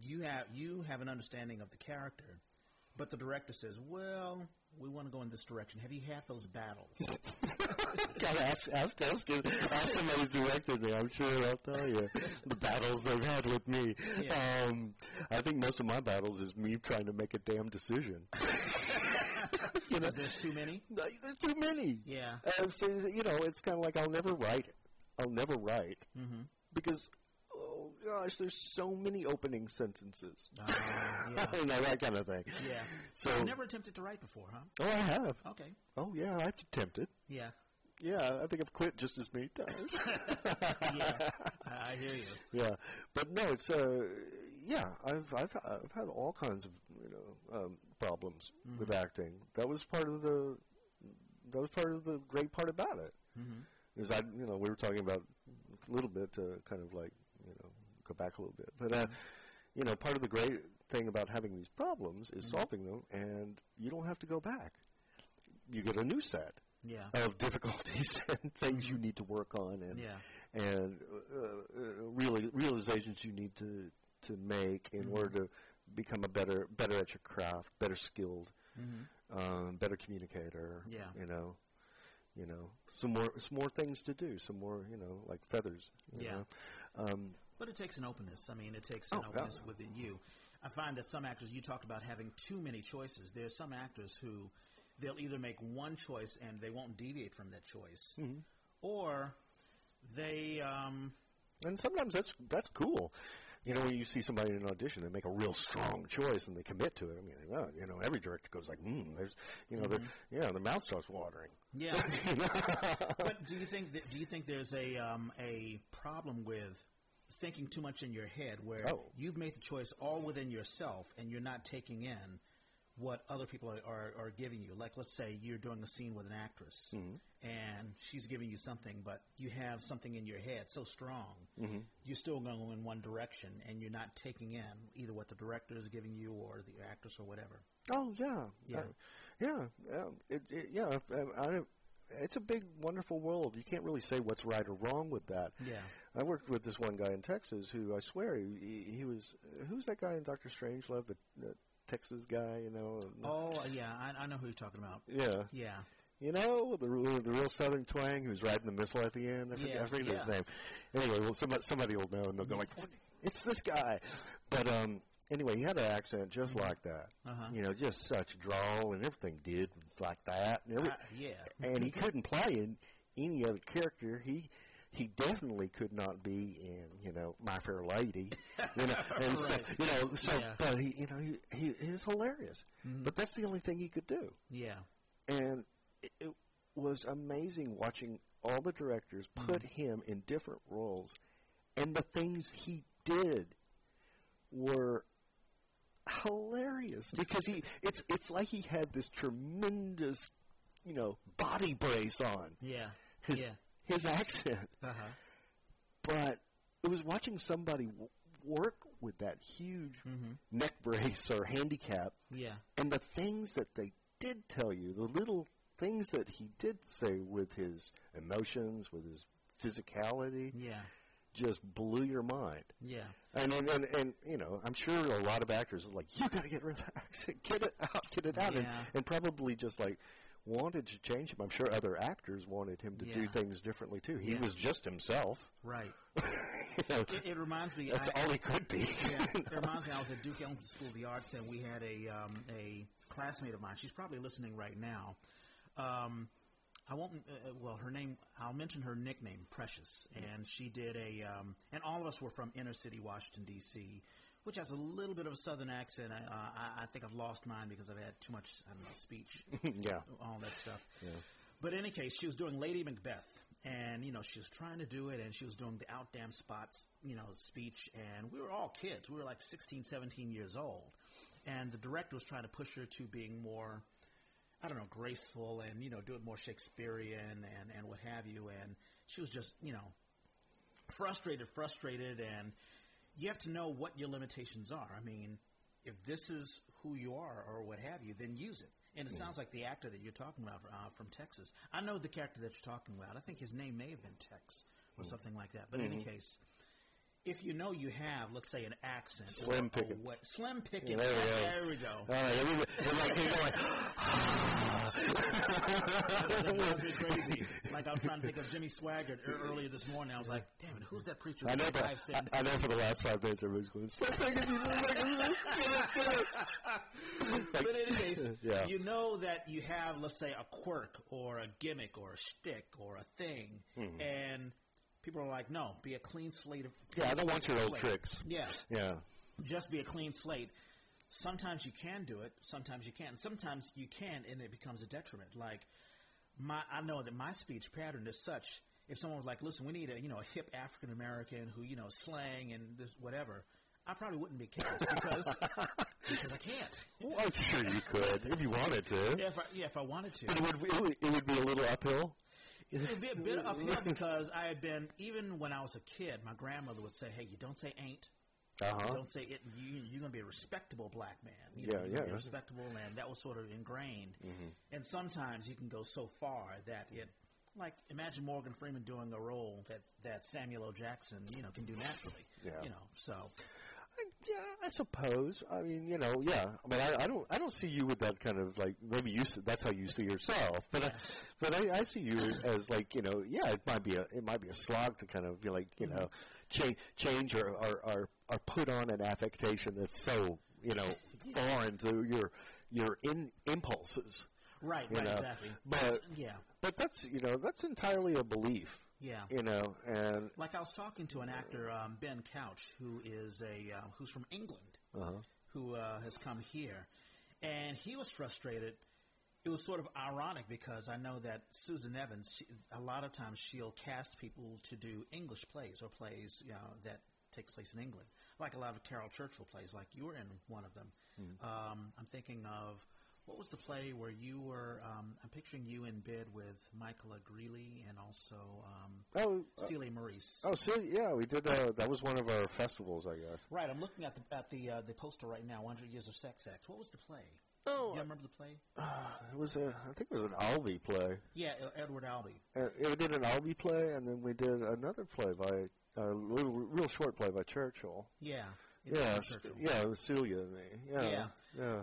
S1: you have you have an understanding of the character, but the director says, well, we want to go in this direction. Have you had those battles?
S2: Gotta ask, ask, ask, him- ask somebody who's directed me. I'm sure they'll tell you the battles they've had with me.
S1: Yeah.
S2: Um, I think most of my battles is me trying to make a damn decision. you know,
S1: There's too many.
S2: like, there's too many.
S1: Yeah.
S2: Uh, so, you know, it's kind of like I'll never write. I'll never write
S1: Mm-hmm.
S2: because oh gosh, there's so many opening sentences.
S1: Uh, yeah.
S2: you know that kind of thing.
S1: Yeah.
S2: So
S1: I've never attempted to write before, huh?
S2: oh, I have.
S1: Okay.
S2: Oh yeah, I've attempted.
S1: Yeah.
S2: Yeah, I think I've quit just as many times.
S1: Yeah. I, I hear you.
S2: Yeah, but no, it's uh, yeah, I've I've I've had all kinds of you know um, problems with acting. That was part of the that was part of the great part about it. Mm-hmm. Is I you know we were talking about a little bit to kind of like you know go back a little bit, but uh, you know part of the great thing about having these problems is solving them, and you don't have to go back. You get a new set
S1: Yeah.
S2: of difficulties and things you need to work on and
S1: Yeah.
S2: and uh, uh, really realizations you need to to make in
S1: Mm-hmm.
S2: order to become a better better at your craft, better skilled, um, better communicator.
S1: Mm-hmm. Yeah.
S2: you know, you know, some more some more things to do, some more you know like feathers. you
S1: Yeah.
S2: know. Um,
S1: But it takes an openness. I mean, it takes
S2: Oh,
S1: an
S2: yeah.
S1: openness within you. I find that some actors, you talked about having too many choices. There's some actors who they'll either make one choice and they won't deviate from that choice,
S2: Mm-hmm.
S1: or they, um,
S2: And sometimes that's that's cool. You know, when you see somebody in an audition, they make a real strong choice and they commit to it. I mean, oh, you know, every director goes like, "Hmm, there's, you know,
S1: Mm-hmm.
S2: they're yeah, their mouth starts watering."
S1: yeah. but do you think that, do you think there's a um, a problem with thinking too much in your head, where
S2: Oh.
S1: you've made the choice all within yourself and you're not taking in what other people are, are, are giving you? Like, let's say you're doing a scene with an actress and she's giving you something, but you have something in your head so strong, you're still going to go in one direction and you're not taking in either what the director is giving you or the actress or whatever.
S2: Oh yeah,
S1: Yeah.
S2: Uh, yeah, um, it, it, yeah. if- um, I, don't- it's a big, wonderful world. You can't really say what's right or wrong with that.
S1: Yeah.
S2: I worked with this one guy in Texas who I swear he- he, he was who's that guy in Doctor Strangelove, the, the Texas guy, you know? and-
S1: Oh, yeah, I, I know who you're talking about.
S2: Yeah,
S1: Yeah.
S2: you know the real- the real Southern twang who's riding the missile at the end. I forget,
S1: Yeah,
S2: I forget his
S1: yeah.
S2: name. Anyway, well, somebody somebody will know, and they'll go like, "It's this guy." But um, anyway, he had an accent just like that.
S1: Uh-huh.
S2: You know, just such drawl and everything did was like that. And, every,
S1: I, yeah.
S2: and he couldn't play in any other character. He he definitely could not be in, you know, My Fair Lady, you know, and so,
S1: Right.
S2: you know, so,
S1: Yeah. Mm-hmm.
S2: but he, you know, he, he is hilarious, but that's the only thing he could do,
S1: Yeah.
S2: and it, it was amazing watching all the directors put him in different roles, and the things he did were hilarious because he, it's, it's like he had this tremendous, you know, body brace on
S1: Yeah.
S2: his,
S1: yeah.
S2: his accent
S1: Uh huh.
S2: but it was watching somebody w- work with that huge neck brace or handicap
S1: Mm-hmm. Yeah.
S2: and the things that they did tell you the little things that he did say with his emotions with his physicality
S1: Yeah.
S2: just blew your mind
S1: Yeah.
S2: and and, and, and you know i'm sure a lot of actors are like you got to get rid of that accent get it out get it out and,
S1: Yeah.
S2: and probably just like wanted to change him i'm sure other actors wanted him to do
S1: Yeah.
S2: things differently too he
S1: Yeah.
S2: was just himself
S1: Right.
S2: you know,
S1: It, it reminds me.
S2: that's
S1: I,
S2: all he could be.
S1: yeah, it reminds me. I was at Duke Ellington School of the Arts, and we had a um, a classmate of mine. She's probably listening right now. Um, I won't. Uh, uh, well, her name. I'll mention her nickname, Precious, and she did a. Um, and all of us were from inner city Washington D.C., which has a little bit of a southern accent. I, uh, I, I think I've lost mine because I've had too much. I don't know speech.
S2: yeah.
S1: all that stuff. But in any case, she was doing Lady Macbeth, and you know she was trying to do it, and she was doing the out damn spots, you know, speech, and we were all kids. We were like 16, 17 years old, and the director was trying to push her to being more, I don't know, graceful, and you know, do it more Shakespearean and and what have you. And she was just, you know, frustrated, frustrated, and you have to know what your limitations are. I mean, if this is who you are or what have you, then use it. And it sounds like the actor that you're talking about uh, from Texas. I know the character that you're talking about. I think his name may have been Tex
S2: Mm-hmm.
S1: or something like that. But in any case, if you know you have, let's say, an accent,
S2: Slim
S1: or, or
S2: Pickens.
S1: what, Slim Pickens.
S2: Yeah, there we go.
S1: There we go.
S2: All right, everybody, everybody keep
S1: That
S2: going.
S1: drives me crazy. Like I was trying to think of Jimmy Swaggart ear- earlier this morning. I was like, "Damn it, who's that preacher?"
S2: I know,
S1: that
S2: for,
S1: I've said-
S2: I, I know for the last five minutes everybody's going, "Stop making me look like a little kid."
S1: but in any case,
S2: Yeah.
S1: you know that you have, let's say, a quirk or a gimmick or a shtick or a thing,
S2: Hmm.
S1: and people are like, "No, be a clean slate of."
S2: Yeah, I don't want your old
S1: slate."
S2: tricks.
S1: Yeah,
S2: Yeah.
S1: just be a clean slate. Sometimes you can do it. Sometimes you can't. Sometimes you can, and it becomes a detriment. Like my, I know that my speech pattern is such. If someone was like, "Listen, we need a you know a hip African American who you know slang and this whatever," I probably wouldn't be cast because because I can't.
S2: Well, I'm sure you could if you wanted to.
S1: Yeah, if I, yeah, if I wanted to.
S2: But it would, it would it would be a little uphill.
S1: It'd be a bit uphill because I had been even when I was a kid. My grandmother would say, "Hey, you don't say ain't,
S2: Uh huh.
S1: don't say it. You, you're going to be a respectable black man. You
S2: Yeah,
S1: know, you're gonna be
S2: yeah. Mm-hmm.
S1: respectable." And that was sort of ingrained. And sometimes you can go so far that it, like, imagine Morgan Freeman doing a role that that Samuel L. Jackson, you know, can do naturally.
S2: Yeah.
S1: You know, so
S2: Yeah, I suppose. I mean, you know, yeah. I mean, I, I don't, I don't see you with that kind of like. Maybe you, s- that's how you see yourself. But, I, but I, I see you as like, you know, yeah. It might be a, it might be a slog to kind of be like, you know, change, change or, or, or, or put on an affectation that's so, you know, foreign to your, your in, impulses.
S1: right,
S2: You
S1: right,
S2: know,
S1: exactly.
S2: but
S1: Yeah,
S2: but that's you know that's entirely a belief.
S1: yeah.
S2: You know, and
S1: Like I was talking to an actor, um, Ben Couch, who is a uh, who's from England, who uh, has come here, and he was frustrated. It was sort of ironic because I know that Susan Evans, she, a lot of times she'll cast people to do English plays or plays you know, that takes place in England, like a lot of Carol Churchill plays. Like you were in one of them. Um, I'm thinking of what was the play where you were? Um, I'm picturing you in bed with Michaela Greeley and also um,
S2: oh, uh,
S1: Celia Maurice.
S2: oh, see, yeah, we did. Uh, that was one of our festivals, I guess.
S1: Right, I'm looking at the at the uh, the poster right now. 100 Years of Sex Acts. What was the play?
S2: Oh,
S1: Do you remember the play?
S2: It was a, I think it was an Albee play.
S1: Yeah, E- Edward Albee.
S2: Uh, we did an Albee play, and then we did another play by a little, real short play by Churchill.
S1: Yeah. It was
S2: Yeah,
S1: Edward
S2: s-
S1: Churchill.
S2: yeah, it was Celia and me. Yeah, yeah,
S1: Yeah.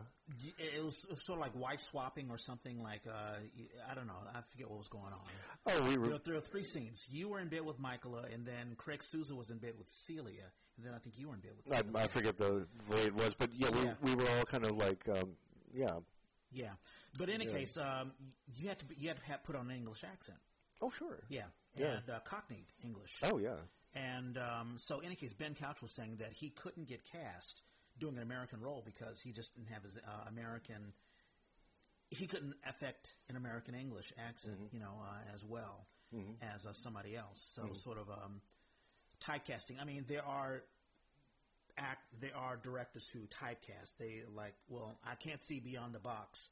S1: Y- It was, it was sort of like wife swapping or something like uh, y- I don't know. I forget what was going on.
S2: Oh, we
S1: There
S2: were.
S1: were, there were three scenes. You were in bed with Michaela, and then Craig Souza was in bed with Celia, and then I think you were in bed with.
S2: I,
S1: Celia.
S2: I forget the way it was, but yeah, we
S1: Yeah.
S2: we were all kind of like, um, yeah,
S1: Yeah, but in any case, um, you had to be, you had to have put on an English accent.
S2: Oh, sure.
S1: Yeah.
S2: Yeah.
S1: And uh, Cockney English.
S2: Oh, yeah.
S1: And um, so, in any case, Ben Couch was saying that he couldn't get cast doing an American role because he just didn't have his uh, American. He couldn't affect an American English accent, you know, uh, as well as uh, somebody else. So, sort of um, typecasting. I mean, there are act there are directors who typecast. They like, well, I can't see beyond the box.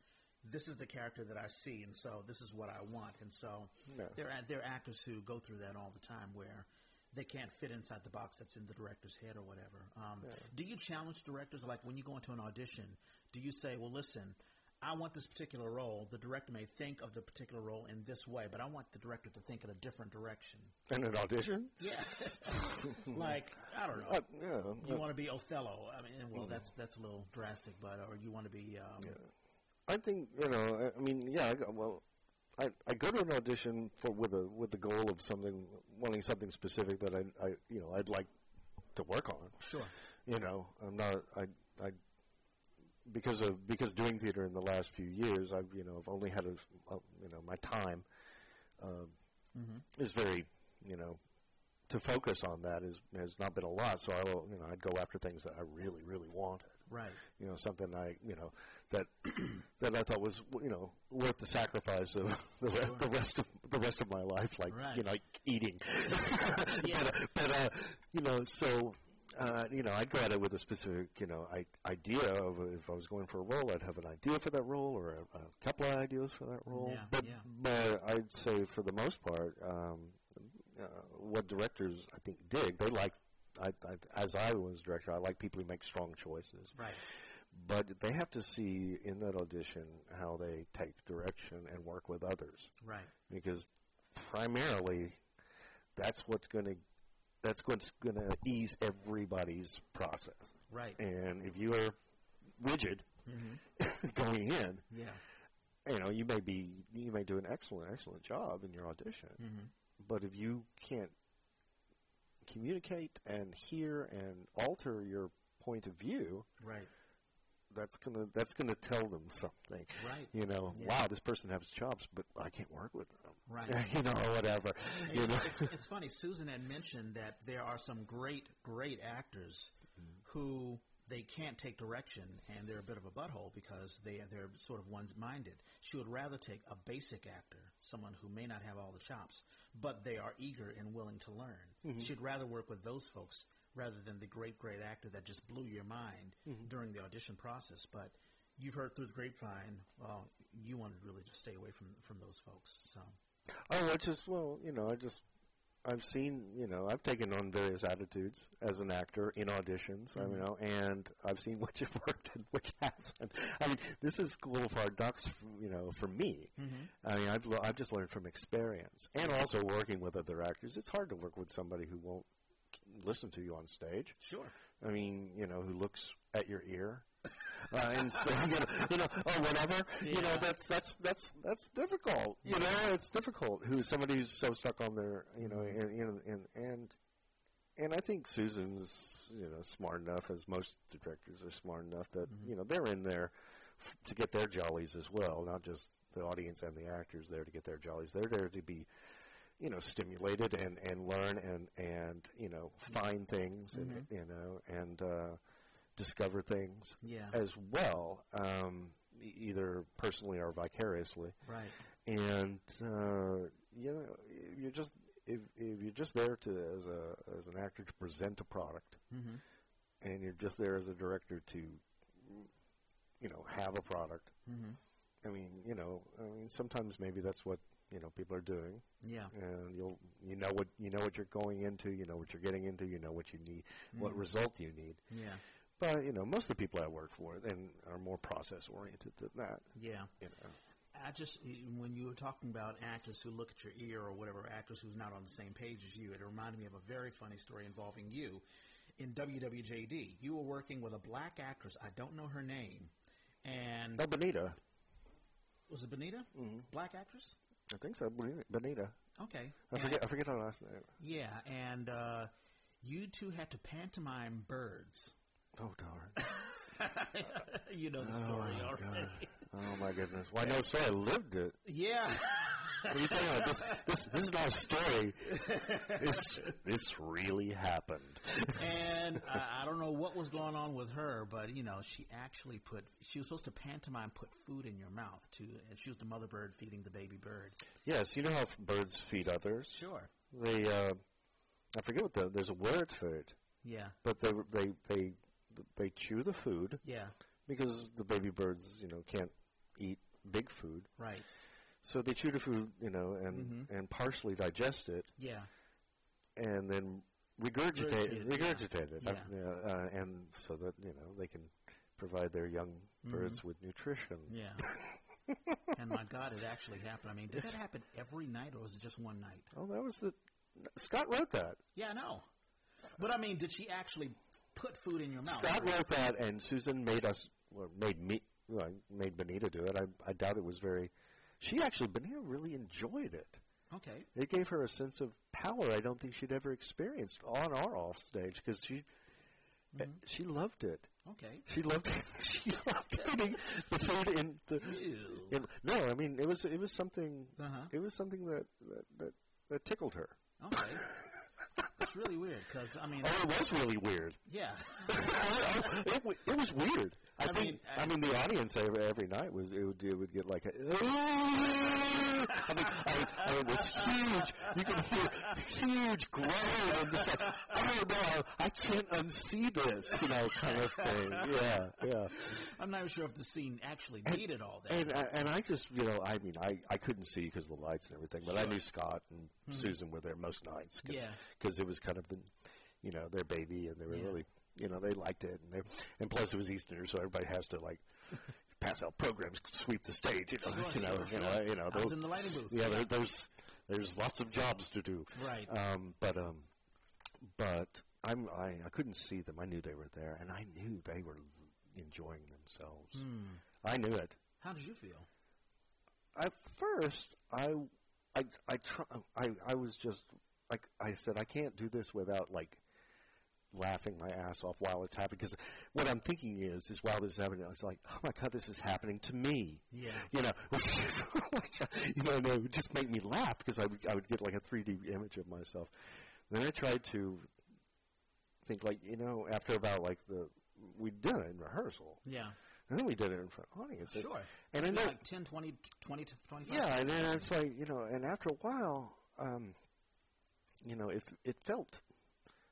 S1: This is the character that I see, and so this is what I want. And so
S2: Yeah.
S1: there are there are actors who go through that all the time where they can't fit inside the box that's in the director's head or whatever. Um, Do you challenge directors like when you go into an audition? Do you say, well, listen. I want this particular role. The director may think of the particular role in this way, but I want the director to think in a different direction.
S2: And an audition?
S1: Yeah, like I don't know.
S2: Uh, mm-hmm. yeah.
S1: You want to be Othello? I mean, well, that's that's a little drastic, but or you want to be? Um,
S2: I think you know. I, I mean, yeah. I, go- well, I I go to an audition for with a with the goal of something, wanting something specific that I I you know I'd like to work on.
S1: Sure.
S2: You know, I'm not I I because of because doing theater in the last few years, I've you know I've only had a, a you know my time uh, is very you know to focus on that is has not been a lot. So I will you know I'd go after things that I really really wanted
S1: Right.
S2: you know something I you know that that I thought was you know worth the sacrifice of the rest the rest of the rest of my life like
S1: Right.
S2: you know like eating
S1: Yeah.
S2: but, uh, but uh, you know so uh, you know I'd go at it with a specific you know I, idea of if I was going for a role I'd have an idea for that role or a, a couple of ideas for that role
S1: Yeah,
S2: but
S1: yeah.
S2: but I'd say for the most part um, uh, what directors I think dig they like I, I, as I was director I like people who make strong choices
S1: Right.
S2: but they have to see in that audition how they take direction and work with others
S1: Right.
S2: because primarily that's what's going to that's what's going to ease everybody's process
S1: Right. Mm-hmm.
S2: and if you are rigid going in
S1: Yeah.
S2: you know you may be you may do an excellent excellent job in your audition
S1: Mm-hmm.
S2: but if you can't communicate and hear and alter your point of view
S1: Right.
S2: that's gonna that's gonna tell them something.
S1: Right.
S2: You know,
S1: Yeah.
S2: wow, this person has chops, but I can't work with them.
S1: Right.
S2: you know, or whatever.
S1: Hey,
S2: You know.
S1: it's, it's funny. Susan had mentioned that there are some great, great actors who they can't take direction, and they're a bit of a butthole because they they're sort of one-minded. She would rather take a basic actor, someone who may not have all the chops, but they are eager and willing to learn.
S2: Mm-hmm.
S1: She'd rather work with those folks rather than the great, great actor that just blew your mind
S2: Mm-hmm.
S1: during the audition process. But you've heard through the grapevine, well, you wanted really to stay away from from those folks. So
S2: Oh, I just well, you know, I just I've seen, you know, I've taken on various attitudes as an actor in auditions, I
S1: Mm-hmm.
S2: you know, and I've seen which have worked and which hasn't. I mean, this is school of hard knocks, f- you know, for me.
S1: Mm-hmm.
S2: I mean, I've lo- I've just learned from experience and also working with other actors. It's hard to work with somebody who won't listen to you on stage.
S1: sure.
S2: I mean, you know, who looks at your ear. Uh, and so, you know, you know, or whatever, you know,
S1: Yeah.
S2: that's that's that's that's difficult. You know, it's difficult. Who somebody who's so stuck on their, you know, and you know, and and and I think Susan's, you know, smart enough as most directors are smart enough that you know they're in there f- to get their jollies as well, not just the audience and the actors there to get their jollies. They're there to be you know stimulated and and learn and and you know find things and you know and uh discover things
S1: Yeah.
S2: as well um e- either personally or vicariously
S1: Right.
S2: and uh you know if you're just if if you're just there to as a as an actor to present a product
S1: Mm-hmm.
S2: and you're just there as a director to you know have a product
S1: Mm-hmm.
S2: i mean you know i mean sometimes maybe that's what you know people are doing
S1: Yeah.
S2: and you'll you know what you know what you're going into, you know what you're getting into, you know what you need, what result you need.
S1: Yeah.
S2: But you know, most of the people I work for then are more process oriented than that.
S1: Yeah.
S2: You know,
S1: I just when you were talking about actors who look at your ear or whatever, actors who's not on the same page as you, it reminded me of a very funny story involving you in WWJD. You were working with a black actress. I don't know her name, and
S2: no, Benita,
S1: was it Benita? Mm-hmm. Black actress.
S2: I think so. Benita, Benita.
S1: Okay.
S2: I
S1: And I-
S2: forget I forget her last name.
S1: yeah, and uh, you two had to pantomime birds.
S2: Oh darn!
S1: you know the story already.
S2: Oh my goodness! Why no? So I lived it.
S1: Yeah.
S2: What are you talking about? This, this, this is not a story. This, this really happened.
S1: and I, I don't know what was going on with her, but you know, she actually put she was supposed to pantomime put food in your mouth to, and she was the mother bird feeding the baby bird.
S2: Yes, you know how f- birds feed others.
S1: Sure.
S2: They, uh, I forget what the, there's a word for it,
S1: Yeah.
S2: but they, they, they, they chew the food
S1: Yeah.
S2: because the baby birds, you know, can't eat big food.
S1: Right.
S2: So they chew the food, you know, and,
S1: Mm-hmm.
S2: and partially digest it,
S1: Yeah.
S2: and then regurgitate,
S1: Regurgitate, yeah.
S2: regurgitate it.
S1: Yeah.
S2: Yeah, uh, and so that you know they can provide their young birds with nutrition.
S1: Mm-hmm. Yeah. and my God, it actually happened. I mean, did that happen every night or was it just one night?
S2: Oh, that was the Scott wrote that.
S1: Yeah, I know. But I mean, did she actually put food in your mouth?
S2: Scott wrote that, and Susan made us, well, made me, well, made Benita do it. I, I doubt it was very. She actually, Benita really enjoyed it.
S1: Okay.
S2: It gave her a sense of power I don't think she'd ever experienced on or off stage because she, uh, she loved it.
S1: Okay.
S2: She loved she loved eating the food in the.
S1: Ew.
S2: in- no, I mean it was it was something
S1: Uh-huh.
S2: it was something that that, that, that tickled her.
S1: Okay. it's really weird because I mean,
S2: Oh, it was really weird.
S1: yeah,
S2: it, wa- it was weird. I,
S1: I
S2: think.
S1: mean,
S2: I,
S1: I-
S2: mean, the audience every, every night was it would, it would get like a. I mean, I, I mean, it was huge. You could hear huge groan and just like, oh no, I can't unsee this, you know, kind of thing. Yeah, yeah.
S1: I'm not even sure if the scene actually needed all that.
S2: And I- and I just you know I mean I, I couldn't see because of the lights and everything, but I knew Scott and Susan were there most nights because
S1: Hmm. Yeah.
S2: it was kind of the you know their baby and they were
S1: Yeah.
S2: really you know they liked it and they, and plus it was Easter so everybody has to like pass out programs sweep the stage you know
S1: Sure,
S2: you
S1: sure,
S2: know you know,
S1: sure.
S2: you know
S1: I was
S2: those-
S1: in the lighting booth.
S2: yeah there, there's there's lots of jobs to do
S1: Right.
S2: um, but um but I'm I, I couldn't see them I knew they were there and I knew they were enjoying themselves
S1: Hmm.
S2: I knew it.
S1: How did you feel?
S2: at first I I I try, I I was just like I said I can't do this without like laughing my ass off while it's happening because what I'm thinking is is while this is happening it's like oh my god this is happening to me
S1: Yeah.
S2: you know you know and it would just make me laugh because I would I would get like a 3D image of myself then I tried to think like you know after about like the we did it in rehearsal
S1: Yeah.
S2: and then we did it in front of audience
S1: Sure.
S2: and I know
S1: Like 10, 20, 20, 25?
S2: yeah, and then it's like you know, and after a while, um, you know, it it felt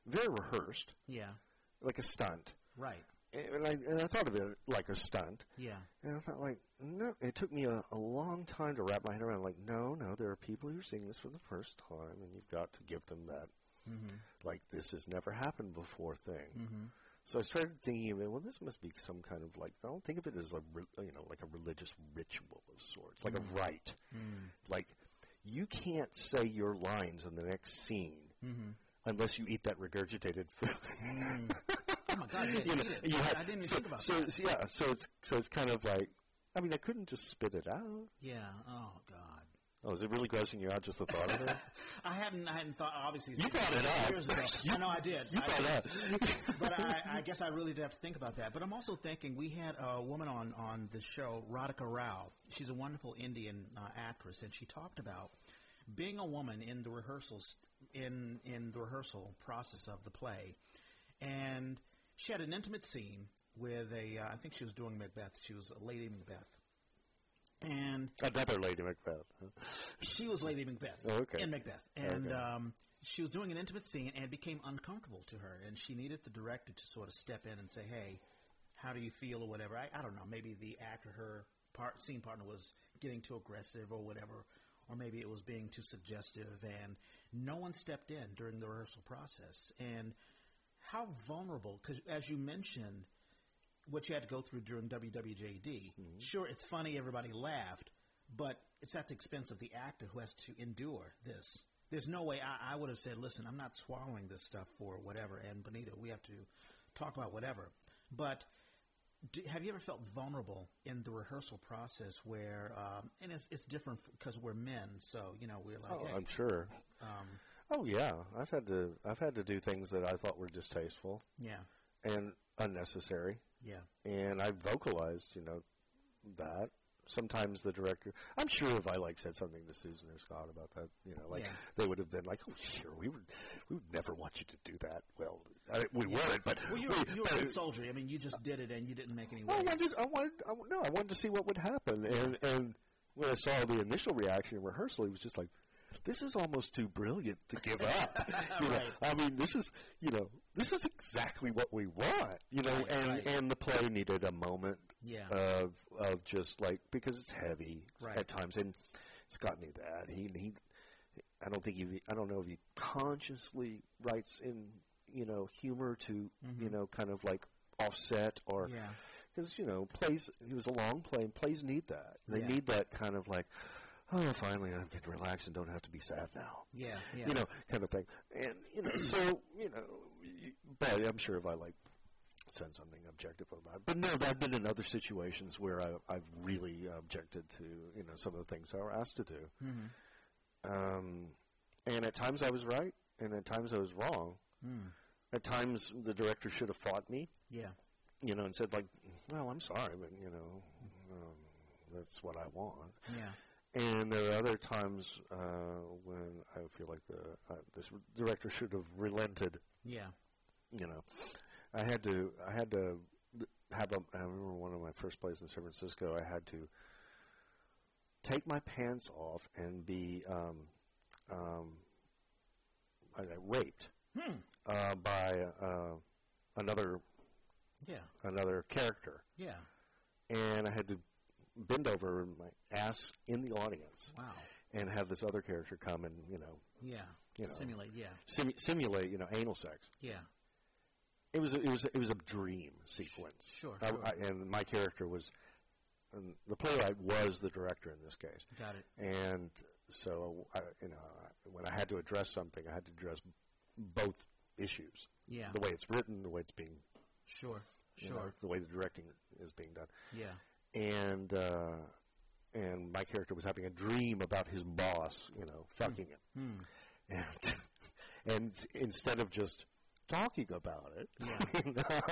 S2: very rehearsed,
S1: Yeah.
S2: like a stunt,
S1: Right.
S2: and I and I thought of it like a stunt,
S1: Yeah.
S2: and I thought like no, it took me a, a long time to wrap my head around. Like no, no, there are people who are seeing this for the first time, and you've got to give them that like this has never happened before thing.
S1: Mm-hmm.
S2: So I started thinking of it. Well, this must be some kind of like I don't think of it as a re- you know like a religious ritual of sorts, like
S1: Mm.
S2: a rite. Like you can't say your lines in the next scene
S1: Mm-hmm.
S2: unless you eat that regurgitated food.
S1: Oh my God! Yeah,
S2: you know,
S1: eat it.
S2: you
S1: I,
S2: had-
S1: I didn't even
S2: so,
S1: think about
S2: so
S1: that.
S2: it's- yeah, so it's so it's kind of like I mean I couldn't just spit it out.
S1: Yeah. Oh God.
S2: Oh, is it really grossing you out just the thought of it?
S1: I hadn't. I hadn't thought. Obviously,
S2: You brought it up.
S1: Years ago. I know I did.
S2: You
S1: I
S2: thought
S1: did.
S2: that.
S1: but I, I guess I really did have to think about that. But I'm also thinking we had a woman on on the show, Radhika Rao. She's a wonderful Indian uh, actress, and she talked about being a woman in the rehearsals in in the rehearsal process of the play, and she had an intimate scene with a. Uh, I think she was doing Macbeth. She was a Lady Macbeth, and
S2: Another Lady Macbeth. huh?
S1: she was Lady Macbeth
S2: Oh, okay.
S1: in Macbeth, and
S2: Okay.
S1: um, she was doing an intimate scene and it became uncomfortable to her, and she needed the director to sort of step in and say, "Hey, how do you feel?" or whatever. I, I don't know. Maybe the actor, her part, scene partner, was getting too aggressive or whatever, or maybe it was being too suggestive, and no one stepped in during the rehearsal process. And how vulnerable? Because as you mentioned, what you had to go through during WWJD.
S2: Mm-hmm.
S1: Sure, it's funny, everybody laughed, but it's at the expense of the actor who has to endure this. There's no way I, I would have said, listen, I'm not swallowing this stuff for whatever, and Bonita, we have to talk about whatever. But do, have you ever felt vulnerable in the rehearsal process where, um, and it's, it's different because we're men, so, you know, we're like,
S2: Oh,
S1: hey, um,
S2: I'm sure. oh yeah, I've had to I've had to do things that I thought were distasteful
S1: yeah,
S2: and unnecessary,
S1: yeah,
S2: and I vocalized, you know, that sometimes the director. I'm sure if I like said something to Susan or Scott about that, you know, like
S1: Yeah.
S2: they would have been like, "Oh, sure, we would, we would never want you to do that." Well, I, we
S1: Yeah.
S2: would, but
S1: Well, you
S2: we-
S1: were, you were
S2: but-
S1: in soldier. I mean, you just did it and you didn't make any
S2: well, I
S1: waves.
S2: wanted, I wanted, I, wa- no, I wanted to see what would happen, and and when I saw the initial reaction in rehearsal, it was just like, "This is almost too brilliant to give up." you know,
S1: Right.
S2: I mean, this is, you know, this is exactly what we want, you know,
S1: Right,
S2: and
S1: right.
S2: and the play needed a moment
S1: Yeah.
S2: of of just like because it's heavy
S1: Right.
S2: at times, and Scott knew that he he. I don't think he. I don't know if he consciously writes in you know humor to you
S1: Mhm.
S2: know kind of like offset or
S1: yeah.
S2: because you know plays he was a long play and plays need that they
S1: Yeah.
S2: need that kind of like oh finally I can relax and don't have to be sad now
S1: Yeah. Yeah.
S2: you know, kind of thing. And you know, so you know, y- but I'm sure if I like said something objective about it, but no, I've been in other situations where I, I've really objected to you know some of the things I were asked to do,
S1: Mhm.
S2: um, and at times I was right, and at times I was wrong.
S1: Mm.
S2: At times the director should have fought me,
S1: Yeah.
S2: you know, and said like, "Well, I'm sorry, but you know, um, that's what I want."
S1: Yeah.
S2: And there are other times uh, when I feel like the uh, this director should have relented.
S1: Yeah.
S2: You know, I had to I had to have a. I remember one of my first plays in San Francisco. I had to take my pants off and be um, um, I got raped
S1: Hmm.
S2: uh, by uh, another
S1: Yeah.
S2: another character,
S1: Yeah.
S2: and I had to bend over and my ass in the audience
S1: Wow.
S2: and have this other character come and you know
S1: Yeah.
S2: You know.
S1: Simulate. Yeah.
S2: simu- simulate you know anal sex.
S1: Yeah.
S2: It was a, it was a, it was a dream sequence.
S1: Sure,
S2: I,
S1: sure.
S2: I, and my character was and the playwright was the director in this case,
S1: Got it.
S2: and so I, you know I- when I had to address something, I had to address both issues:
S1: Yeah.
S2: the way it's written, the way it's being,
S1: Sure.
S2: you know,
S1: Uh-huh. Sure.
S2: the way the directing is being done,
S1: Yeah.
S2: and. uh and my character was having a dream about his boss, you know, fucking him.
S1: Hmm.
S2: and and instead of just talking about it,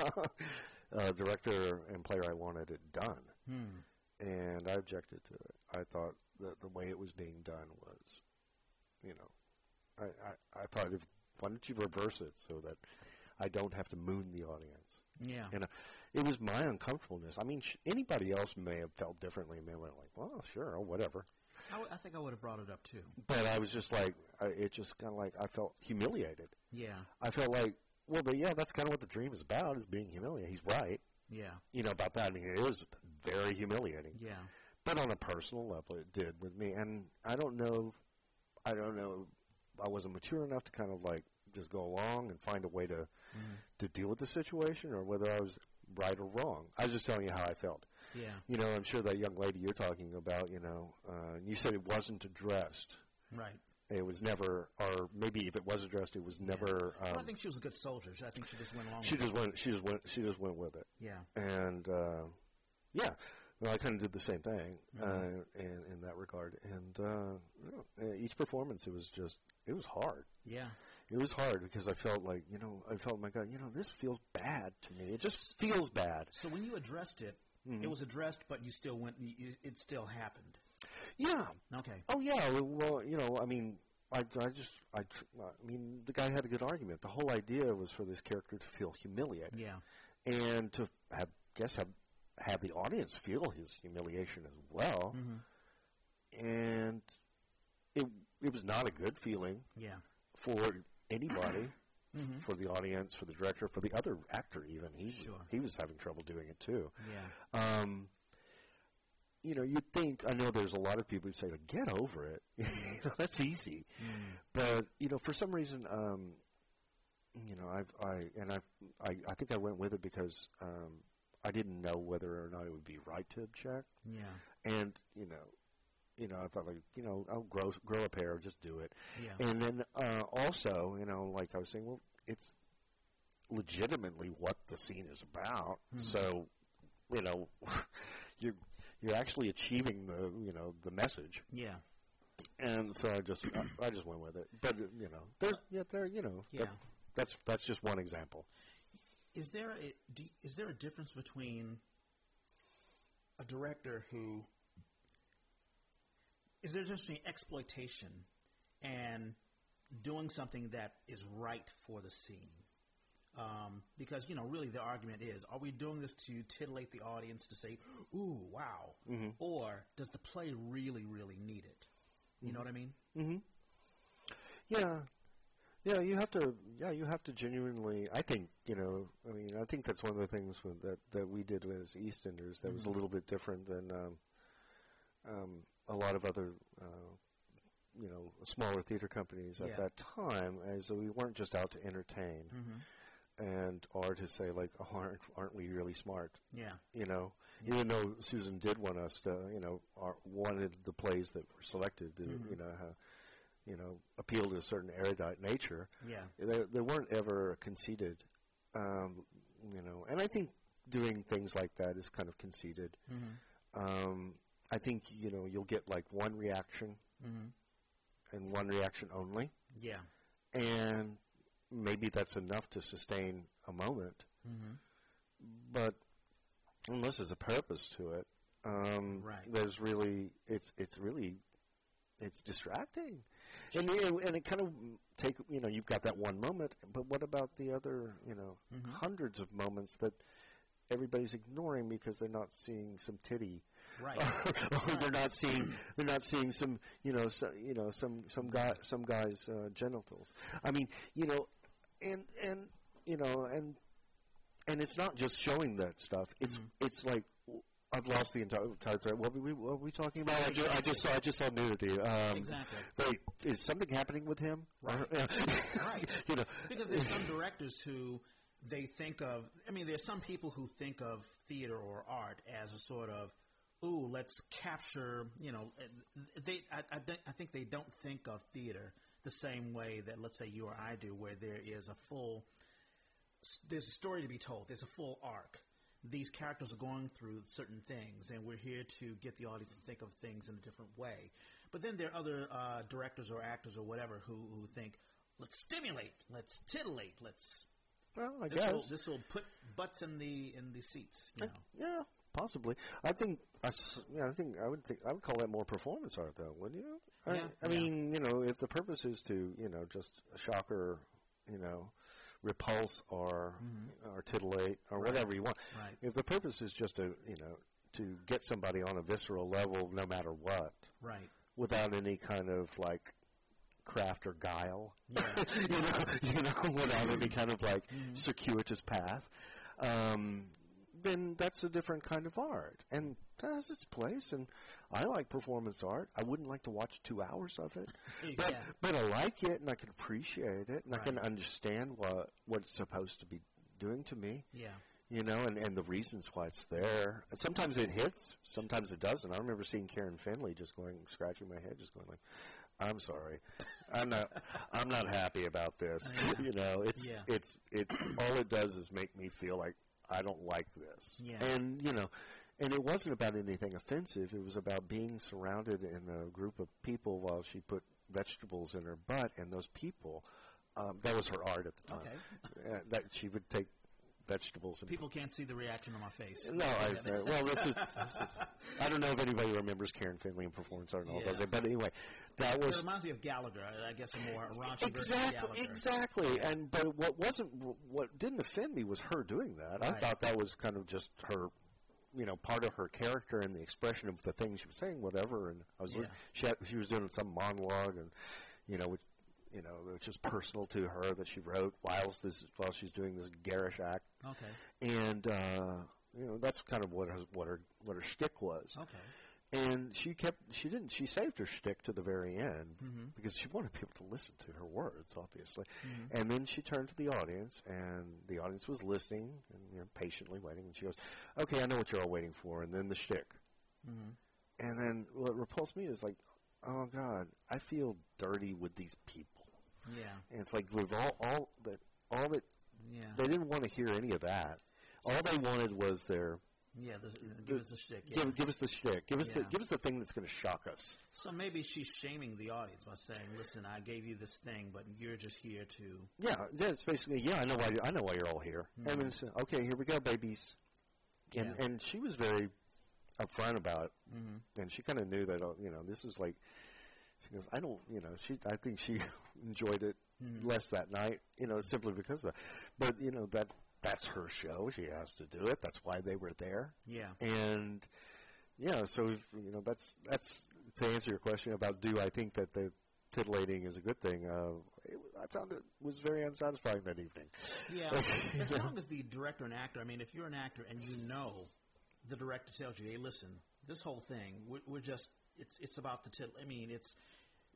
S2: uh, director and playwright wanted it done,
S1: Hmm.
S2: and I objected to it. I thought that the way it was being done was, you know, I I, I thought if why don't you reverse it so that I don't have to moon the audience.
S1: Yeah.
S2: And uh, it was my uncomfortableness. I mean, sh- anybody else may have felt differently and may have been like, well, sure, whatever.
S1: I, w- I think I would have brought it up too.
S2: But I was just like, I, it just kind of like, I felt humiliated.
S1: Yeah.
S2: I felt like, well, but yeah, that's kind of what the dream is about is being humiliated. He's right,
S1: Yeah.
S2: you know, about that. I mean, it was very humiliating,
S1: Yeah.
S2: but on a personal level, it did with me. And I don't know, I don't know, I wasn't mature enough to kind of like just go along and find a way to
S1: mm-hmm,
S2: to deal with the situation, or whether I was right or wrong. I was just telling you how I felt.
S1: Yeah.
S2: You know, I'm sure that young lady you're talking about, you know, uh, you said it wasn't addressed.
S1: Right.
S2: It was never, or maybe if it was addressed, it was never. Um,
S1: Well, I think she was a good soldier. I think she just went along.
S2: she
S1: with
S2: just went. She just went. She just went with it,
S1: it. Yeah.
S2: and uh, yeah, well, I kind of did the same thing
S1: Mhm.
S2: uh, in in that regard. And uh, yeah, uh, each performance, it was just it was hard.
S1: Yeah.
S2: It was hard because I felt like you know I felt my God, you know this feels bad to me. It just feels bad.
S1: So when you addressed it,
S2: Mm-hmm.
S1: it was addressed, but you still went. y- y- It still happened.
S2: Yeah.
S1: Okay.
S2: Oh yeah. Well, you know, I mean. I, I just I, tr- I mean the guy had a good argument. The whole idea was for this character to feel humiliated.
S1: Yeah.
S2: and to have guess have have the audience feel his humiliation as
S1: Mm-hmm.
S2: well. And it it was not a good feeling
S1: Yeah. mm-hmm,
S2: for anybody, for the audience, for the director, for the other actor. Even he
S1: Sure.
S2: he was having trouble doing it too.
S1: Yeah.
S2: Um, you know, you'd think I know there's a lot of people who say like, "Get over it," You know, that's easy.
S1: mm-hmm,
S2: But you know, for some reason, um, you know, I've I and I've, I I think I went with it because um, I didn't know whether or not it would be right to object,
S1: Yeah.
S2: and you know, you know, I thought like, you know, I'll grow grow a pair, just do it,
S1: Yeah.
S2: and then uh, also, you know, like I was saying, well, it's legitimately what the scene is about, so you know, you you're actually achieving the you know the message
S1: Yeah.
S2: and so I just I, I just went with it. But you know, there yeah, there you know,
S1: Yeah.
S2: that's, that's that's just one example.
S1: Is there a do, is there a difference between a director who is there a difference between exploitation and doing something that is right for the scene? Um, because you know, really, the argument is: Are we doing this to titillate the audience to say, "Ooh, wow," or does the play really, really need it? You know what I mean?
S2: Mm-hmm. Yeah. Yeah, you have to. Yeah, you have to genuinely. I think you know. I mean, I think that's one of the things with, that that we did as EastEnders that was a little bit different than um, um, a lot of other, uh, you know, smaller theater companies at
S1: Yeah.
S2: that time. As we weren't just out to entertain,
S1: Mm-hmm.
S2: and or to say like, oh, aren't aren't we really smart?
S1: Yeah,
S2: you know, even though Susan did want us to, you know, our, wanted the plays that were selected to, you know, uh, you know, appeal to a certain erudite nature.
S1: yeah,
S2: They, they weren't ever conceited, um, you know, and I think doing things like that is kind of conceited.
S1: mm-hmm.
S2: Um, I think you know you'll get like one reaction, and one reaction only,
S1: Mm-hmm. yeah,
S2: and maybe that's enough to sustain a moment.
S1: mm-hmm.
S2: But unless there's a purpose to it, um,
S1: Right.
S2: there's really it's it's really it's distracting, and you know, and it kind of take you know you've got that one moment, but what about the other you know
S1: Mm-hmm.
S2: hundreds of moments that everybody's ignoring because they're not seeing some titty.
S1: right.
S2: or they're not seeing they're not seeing some you know so, you know some some guy some guy's uh, genitals. I mean you know, and and you know and and it's not just showing that stuff. It's it's like w- I've lost the entire entire thread. What were we, what were we talking about? Oh, I just, I just saw I just saw nudity. Um,
S1: Exactly.
S2: Wait, is something happening with him?
S1: Right.
S2: Yeah.
S1: Right.
S2: you know.
S1: because there's some directors who they think of. I mean, there's some people who think of theater or art as a sort of, ooh, let's capture. You know, they. I, I, don't- I think they don't think of theater the same way that let's say you or I do, where there is a full. There's a story to be told. There's a full arc. These characters are going through certain things, and we're here to get the audience to think of things in a different way. But then there are other uh, directors or actors or whatever who, who think, let's stimulate, let's titillate, let's
S2: Well, I
S1: this
S2: guess.
S1: will, this will put butts in the in the seats. You know?
S2: Yeah, possibly. I think. I, s- yeah, I think I would think I would call that more performance art, though, wouldn't you? I,
S1: Yeah.
S2: I mean, you know, if the purpose is to, you know, just shock or, you know, repulse or or titillate or whatever you want.
S1: Mm-hmm. Right.
S2: If the purpose is just to, you know, to get somebody on a visceral level, no matter what,
S1: Right.
S2: without any kind of like craft or guile,
S1: Yeah.
S2: you know, you know, without any kind of like circuitous path, um, then that's a different kind of art, and that has its place. And I like performance art. I wouldn't like to watch two hours of it, but
S1: Yeah.
S2: but I like it, and I can appreciate it, and I can understand what what it's supposed to be doing to me.
S1: Yeah.
S2: You know, and, and the reasons why it's there. And sometimes it hits, sometimes it doesn't. I remember seeing Karen Finley just going scratching my head, just going like, "I'm sorry, I'm not, I'm not happy about this." you know, it's
S1: Yeah.
S2: it's it. All it does is make me feel like I don't like this.
S1: Yeah.
S2: And you know, and it wasn't about anything offensive. It was about being surrounded in a group of people while she put vegetables in her butt, and those people. Um, that was her art at the time. Uh, that she would take vegetables and
S1: People can't see the reaction on my face.
S2: no, I, I- well, this is, this is. I don't know if anybody remembers Karen Finley and performance art and all
S1: Yeah.
S2: those, but anyway, that
S1: It
S2: was
S1: reminds me of Gallagher. I- I guess a more raunchy version of
S2: exactly,
S1: Gallagher.
S2: exactly. And but what wasn't, what didn't offend me was her doing that. I
S1: Right.
S2: thought that was kind of just her, you know, part of her character and the expression of the things she was saying, whatever. And I was,
S1: Yeah.
S2: listening, she had, she was doing some monologue, and you know, which, you know, which was personal to her that she wrote whilst this while she's doing this garish act
S1: Okay.
S2: and uh, you know that's kind of what her what her what her shtick was.
S1: Okay.
S2: And she kept she didn't she saved her shtick to the very end
S1: Hmm. Mm-hmm,
S2: because she wanted people to listen to her words, obviously. And then she turned to the audience, and the audience was listening and you know, patiently waiting. And she goes, "Okay, I know what you're all waiting for." And then the shtick.
S1: mm-hmm.
S2: And then what repulsed me is like, "Oh God, I feel dirty with these people."
S1: Yeah.
S2: And it's like with all all that all that
S1: Yeah.
S2: they didn't want to hear any of that. All they wanted was their
S1: yeah. The, give us a shtick. Yeah.
S2: give, give us the shtick, give us the
S1: Yeah.
S2: give us the thing that's going to shock us.
S1: So maybe she's shaming the audience by saying, "Listen, I gave you this thing, but you're just here to."
S2: Yeah, that's basically yeah. I know why I know Hmm. why you're all here. And then it's, okay, here we go, babies. And
S1: Yeah.
S2: and she was very upfront about it, and she kind of knew that uh, you know this is like. She goes, I don't, you know, she. I think she enjoyed it less that night, you know, simply because of that. But you know that that's her show. She has to do it. That's why they were there
S1: Yeah.
S2: and yeah, so you know that's that's to answer your question about do I think that the titillating is a good thing? Uh, it, was- I found it was very unsatisfying that evening.
S1: Yeah, as long as the director and actor. I mean, if you're an actor and you know the director tells you, "Hey, listen, this whole thing, we're, we're just it's it's about the tittle." I mean, it's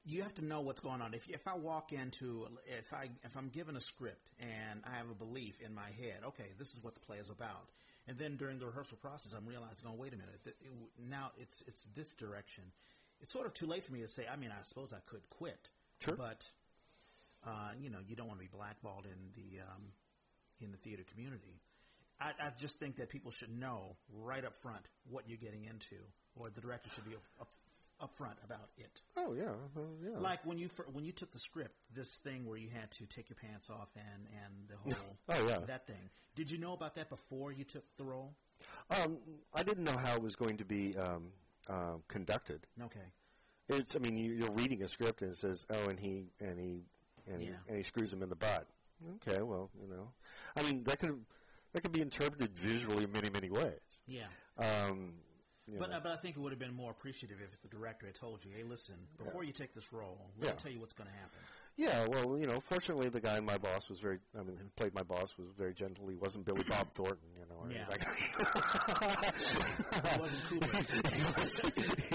S1: you have to know what's going on. If if I walk into if I if I'm given a script and I have a belief in my head, okay, this is what the play is about, and then during the rehearsal process, I'm realizing, oh, wait a minute, th- it, w- now it's it's this direction. It's sort of too late for me to say. I mean, I suppose I could quit,
S2: Sure.
S1: but uh, you know, you don't want to be blackballed in the um, in the theater community. I, I just think that people should know right up front what you're getting into, or the director should be up, up, upfront about it.
S2: Oh yeah, well, yeah.
S1: Like when you fir- when you took the script, this thing where you had to take your pants off and and the whole
S2: Oh, yeah.
S1: that thing. Did you know about that before you took the role?
S2: um, I didn't know how it was going to be um, uh, conducted.
S1: Okay.
S2: It's I mean you, you're reading a script and it says oh and he and he and,
S1: Yeah.
S2: he, and he screws him in the butt. Okay, well you know, I mean that could that could be interpreted visually in many many ways.
S1: Yeah.
S2: Um, you
S1: Uh, But,
S2: know.
S1: uh, but I think it would have been more appreciative if the director had told you, hey, listen, before you take this role, let me
S2: Yeah.
S1: tell you what's going to happen.
S2: Yeah, well, you know, fortunately, the guy my boss was very, I mean, who played my boss was very gentle. He wasn't Billy Bob Thornton, you know. Or
S1: Yeah.
S2: anything.
S1: It wasn't Kubrick.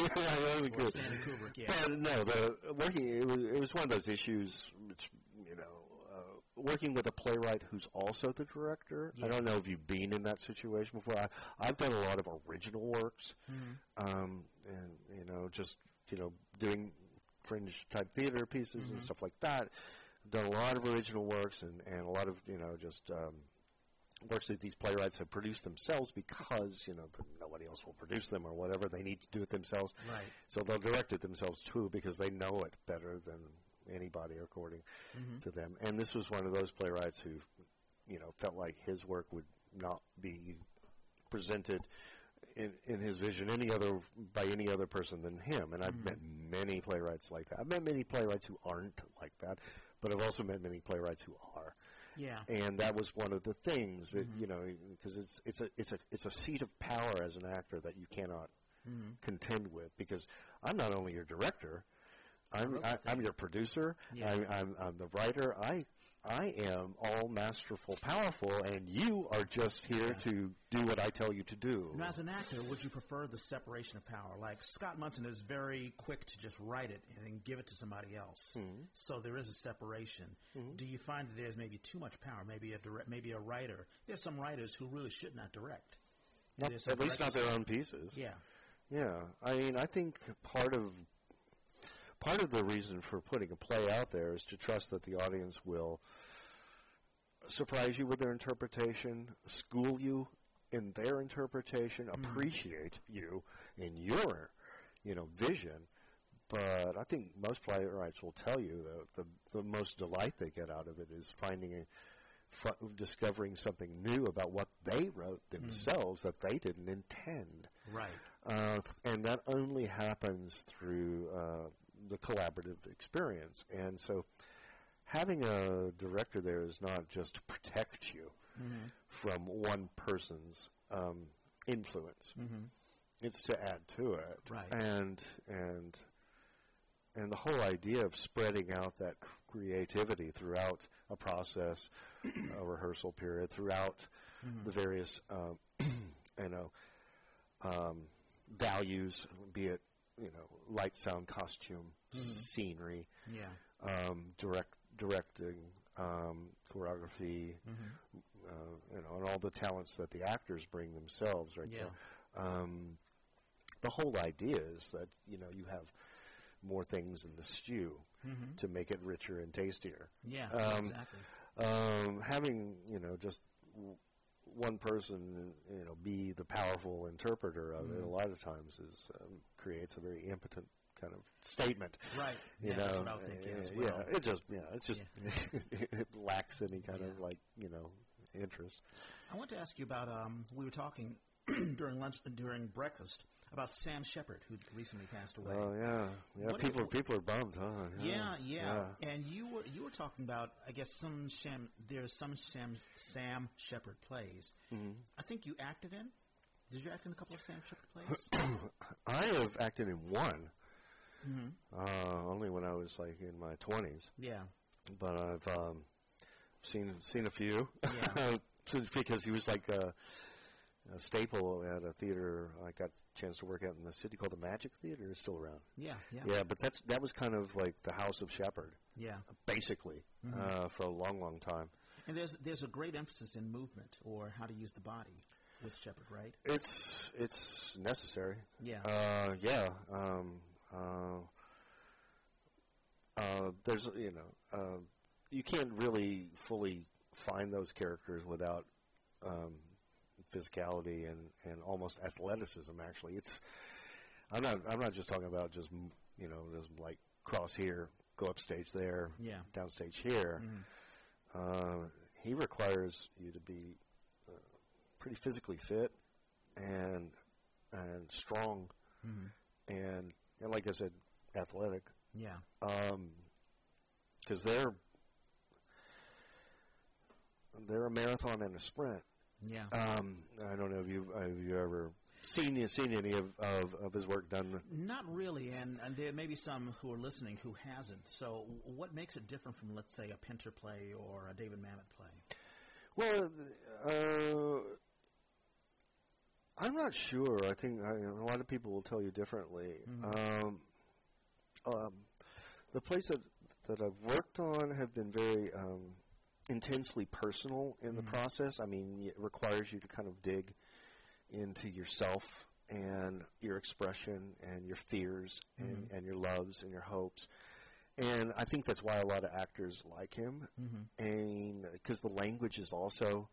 S2: Yeah, that was
S1: or
S2: good.
S1: Stanley Kubrick, yeah.
S2: But no, the working it was, it was one of those issues, which you know, uh, working with a playwright who's also the director. I don't know if you've been in that situation before. I, I've done a lot of original works,
S1: Hmm. Mm-hmm.
S2: um, and you know, just you know, doing fringe type theater pieces and stuff like that. I've done a lot of original works and and a lot of you know just. Um, works that these playwrights have produced themselves because you know th- nobody else will produce them or whatever they need to do it themselves
S1: Right.
S2: so they'll direct it themselves too because they know it better than anybody according to them and this was one of those playwrights who you know felt like his work would not be presented in, in his vision any other by any other person than him and I've met many playwrights like that I've met many playwrights who aren't like that but I've also met many playwrights who are
S1: Yeah.
S2: and that was one of the things that
S1: Mm-hmm.
S2: you know because it's it's a it's a it's a seat of power as an actor that you cannot
S1: Mm-hmm.
S2: contend with because I'm not only your director, I'm I, I'm your producer,
S1: Yeah.
S2: I'm, I'm I'm the writer, I. I am all masterful, powerful, and you are just here to do what I tell you to do.
S1: Now, as an actor, would you prefer the separation of power? Like Scott Munson is very quick to just write it and then give it to somebody else.
S2: Hmm.
S1: So there is a separation. Do you find that there's maybe too much power? Maybe a direct, maybe a writer. There's some writers who really should not direct.
S2: Not-
S1: There's some
S2: at least not
S1: directors-
S2: their own pieces.
S1: Yeah.
S2: Yeah, I mean, I think part of part of the reason for putting a play out there is to trust that the audience will surprise you with their interpretation, school you in their interpretation, appreciate you in your, you know, vision. But I think most playwrights will tell you that the the most delight they get out of it is finding a fi- discovering something new about what they wrote themselves that they didn't intend.
S1: Right.
S2: Uh, and that only happens through uh, the collaborative experience. And so having a director there is not just to protect you from one person's um, influence. It's to add to it.
S1: Right.
S2: And and and the whole idea of spreading out that c- creativity throughout a process, a rehearsal period, throughout the various um, you know um, values, be it you know light, sound, costume, scenery,
S1: Yeah.
S2: um, direct directing, um, choreography,
S1: Mm-hmm.
S2: uh, you know, and all the talents that the actors bring themselves, right
S1: Yeah.
S2: there. Um, the whole idea is that you know you have more things in the stew to make it richer and tastier.
S1: Mm-hmm. Yeah.
S2: Um,
S1: exactly.
S2: Um, having you know just w- one person you know be the powerful interpreter of
S1: Mm-hmm.
S2: it a lot of times is um, creates a very impotent kind of statement.
S1: Right.
S2: You
S1: Yeah.
S2: know,
S1: that's what I was thinking
S2: uh,
S1: as well.
S2: yeah, it just yeah, it just it lacks any kind of like you know interest.
S1: I want to ask you about. Um, we were talking during lunch during breakfast about Sam Shepard, who recently passed away.
S2: Oh yeah, yeah.
S1: What-
S2: people people are bummed, huh?
S1: yeah, yeah, And you were you were talking about I guess some Sam there's some Sam Sam Shepard plays. I think you acted in. Did you act in a couple of Sam Shepard plays?
S2: I have acted in one.
S1: Mm-hmm.
S2: Uh, only when I was like in my twenties,
S1: yeah,
S2: but I've um, seen seen a few.
S1: Yeah.
S2: So- because he was like a, a staple at a theater. I got a chance to work out in the city called the Magic Theater. It's still around.
S1: yeah, yeah,
S2: Yeah, but that's that was kind of like the House of Shepherd,
S1: yeah.
S2: basically,
S1: Mm-hmm.
S2: uh, for a long, long time.
S1: And there's there's a great emphasis in movement or how to use the body with Shepard, right?
S2: It's it's necessary.
S1: Yeah.
S2: Uh, yeah. Um, uh, uh, there's you know uh, you can't really fully find those characters without um, physicality and, and almost athleticism. Actually, it's I'm not I'm not just talking about just m- you know just like cross here, go upstage there,
S1: Yeah. Mm-hmm.
S2: downstage here. Uh, he requires you to be uh, pretty physically fit and and strong
S1: Mm-hmm.
S2: and, and like I said, athletic
S1: Yeah,
S2: because they're they're a marathon and a sprint.
S1: yeah.
S2: Um, I don't know if you have you ever seen seen any of, of, of his work done.
S1: Not really, and, and there may be some who are listening who hasn't. So, w- what makes it different from, let's say, a Pinter play or a David Mamet play?
S2: Well, uh, I'm not sure. I think I, a lot of people will tell you differently. Um, um, the plays that that I've worked on have been very um, intensely personal in the process. I mean, it requires you to kind of dig into yourself and your expression and your fears and, and your loves and your hopes. And I think that's why a lot of actors like him,
S1: Mm-hmm.
S2: and because the language is also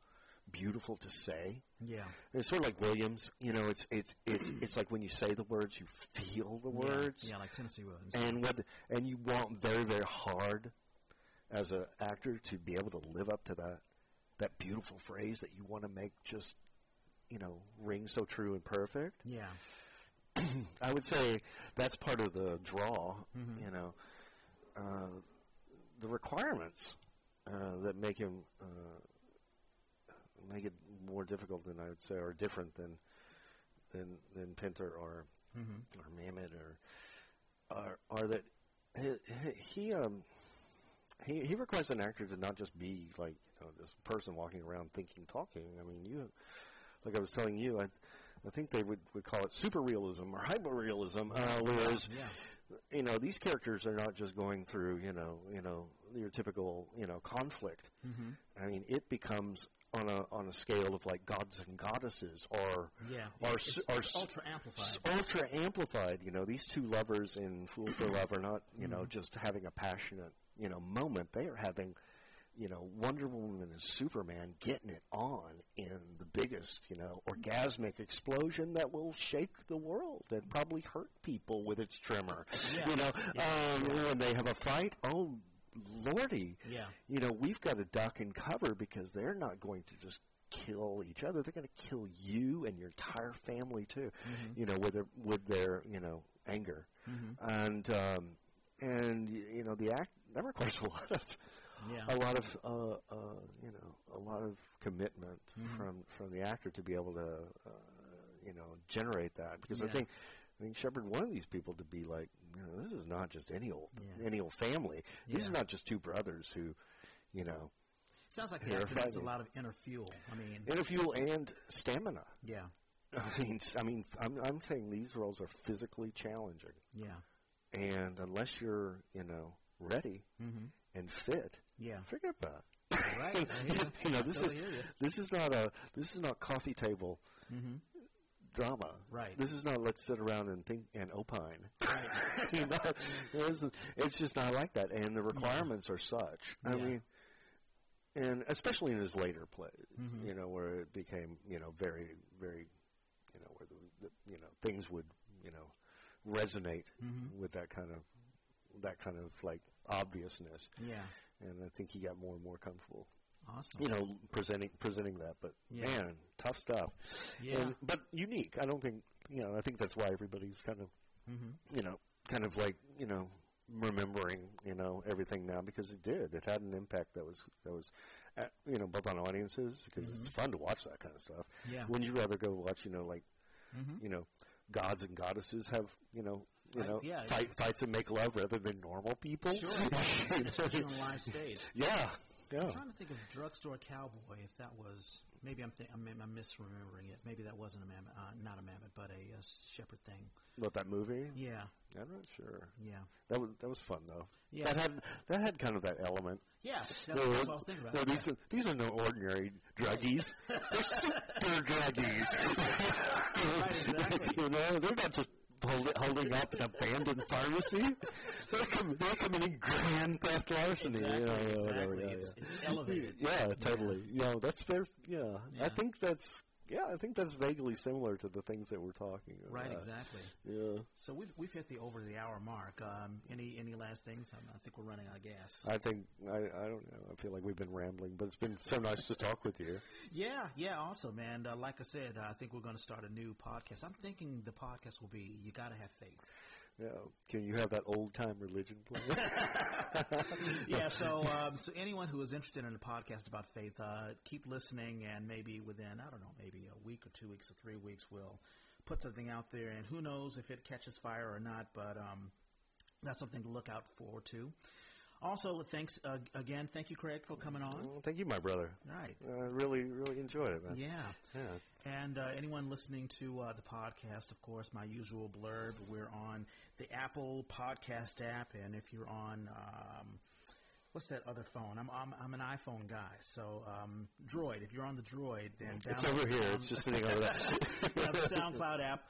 S2: beautiful to say.
S1: Yeah,
S2: It's sort of like Williams, you know. It's it's it's it's like when you say the words, you feel the words
S1: yeah, like Tennessee Williams.
S2: and what and you want very very hard as an actor to be able to live up to that that beautiful phrase that you want to make just you know ring so true and perfect
S1: yeah,
S2: i would say that's part of the draw you know uh, the requirements uh, that make him uh, make it more difficult than i would say or different than than than pinter or
S1: Mm-hmm.
S2: or Mamet or are are that he, he um he he requires an actor to not just be like you know, this person walking around thinking talking. I mean you like I was telling you I I think they would, would call it super realism or hyper realism uh, whereas
S1: yeah,
S2: you know these characters are not just going through you know you know your typical you know conflict.
S1: Mm-hmm.
S2: I mean it becomes on a on a scale of like gods and goddesses or
S1: yeah.
S2: or
S1: It's-
S2: su-
S1: it's,
S2: or
S1: it's
S2: su-
S1: ultra amplified.
S2: ultra amplified. You know, these two lovers in Fool for Love are not, you know,
S1: Mm-hmm.
S2: just having a passionate, you know, moment. They are having, you know, Wonder Woman and Superman getting it on in the biggest, you know, orgasmic explosion that will shake the world and probably hurt people with its tremor.
S1: Yeah.
S2: You know, um, when they have a fight, oh, lordy.
S1: Yeah.
S2: You know, we've got to duck and cover because they're not going to just kill each other. They're going to kill you and your entire family too.
S1: Mm-hmm.
S2: You know, with their with their you know anger, and um, and y- you know the act that requires a lot of
S1: Yeah.
S2: a lot of uh, uh, you know a lot of commitment
S1: Mm-hmm.
S2: from from the actor to be able to uh, you know generate that because I
S1: Yeah.
S2: think. I think Shepard wanted these people to be like, you know, this is not just any old
S1: Yeah.
S2: any old family. These
S1: Yeah.
S2: are not just two brothers who, you know,
S1: Sounds like
S2: Yeah,
S1: the actor needs a
S2: fighting.
S1: lot of inner fuel. I mean,
S2: inner fuel and stamina.
S1: yeah,
S2: I mean, I mean, I'm, I'm saying these roles are physically challenging,
S1: yeah,
S2: and unless you're, you know, ready and fit,
S1: Mm-hmm. yeah.
S2: forget about it.
S1: Right. I hear you.
S2: You know, this is
S1: Totally hear you.
S2: this is not a this is not coffee table drama.
S1: Mm-hmm. Right.
S2: This is not let's sit around and think and opine. you know, it's, it's just not like that, and the requirements are such. I
S1: Yeah.
S2: mean, and especially in his later plays,
S1: Mm-hmm.
S2: you know, where it became you know very very, you know, where the, the you know things would you know resonate
S1: Mm-hmm.
S2: with that kind of that kind of like obviousness,
S1: Yeah.
S2: and I think he got more and more comfortable.
S1: Awesome.
S2: you know, presenting presenting that. But
S1: Yeah.
S2: man, tough stuff.
S1: Yeah.
S2: And, but unique. I don't think you know. I think that's why everybody's kind of
S1: Mm-hmm.
S2: you know, kind of like you know, remembering you know everything now because it did. It had an impact that was that was, uh you know, both on audiences because it's fun to watch that kind of stuff.
S1: Mm-hmm. Yeah.
S2: Wouldn't you rather go watch you know like,
S1: Mhm.
S2: you know, gods and goddesses have you know. You
S1: Right,
S2: know,
S1: yeah,
S2: fight, fights and make love rather than normal people.
S1: Sure.
S2: You know?
S1: Especially on live stage.
S2: yeah, yeah.
S1: I'm trying to think of Drugstore Cowboy. If that was maybe I'm th- I'm, I'm misremembering it. Maybe that wasn't a mammoth, uh, not a mammoth, but a, uh shepherd thing.
S2: About that movie,
S1: Yeah,
S2: I'm not sure.
S1: yeah,
S2: That was that was fun though.
S1: Yeah.
S2: That had that had kind of that element.
S1: yeah. That's,
S2: No,
S1: that's what I was thinking about.
S2: no, these are, these are no ordinary druggies. they're super druggies.
S1: Right, exactly.
S2: you know, they're not just hold, holding up an abandoned pharmacy. They're, com- they're committing grand theft larceny.
S1: Exactly,
S2: yeah, yeah, whatever,
S1: exactly.
S2: yeah,
S1: It's,
S2: yeah.
S1: it's elevated.
S2: Yeah, totally. Yeah, that's fair. Yeah.
S1: Yeah.
S2: I think that's yeah. I think that's vaguely similar to the things that we're talking about.
S1: Right, exactly.
S2: Yeah.
S1: So we've we've hit the over the hour mark. Um, any any last things? i I think we're running out of gas.
S2: I think I, I don't know. I feel like we've been rambling, but it's been so nice to talk with you.
S1: Yeah, yeah. Also, man, uh, like I said, I think we're going to start a new podcast. I'm thinking the podcast will be "You Gotta Have Faith."
S2: Yeah. Can you have that old time religion play?
S1: yeah, so um, so anyone who is interested in a podcast about faith, uh, keep listening, and maybe within I don't know, maybe a week or two weeks or three weeks, we'll put something out there, and who knows if it catches fire or not. But um, that's something to look out for too. Also, thanks uh, again. Thank you, Craig, for coming on.
S2: well, Oh, thank you, my brother.
S1: All right.
S2: I really, really enjoyed it, man.
S1: Yeah.
S2: Yeah.
S1: And uh, anyone listening to uh, the podcast, of course, my usual blurb. We're on the Apple Podcast app, and if you're on um, what's that other phone? I'm I'm, I'm an iPhone guy, so um, Droid. If you're on the Droid, then
S2: It's
S1: download
S2: over
S1: the
S2: here.
S1: Sound-
S2: It's just sitting over there.
S1: yeah, the SoundCloud app.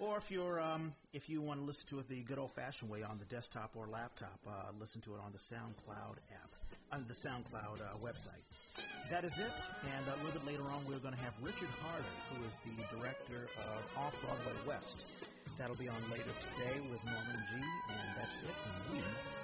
S1: Or if you're um, if you want to listen to it the good old fashioned way on the desktop or laptop, uh, listen to it on the SoundCloud app, on the SoundCloud uh, website. That is it. And uh, a little bit later on, we're going to have Richard Harder, who is the director of Off Broadway West. That'll be on later today with Norman G. And that's it. And we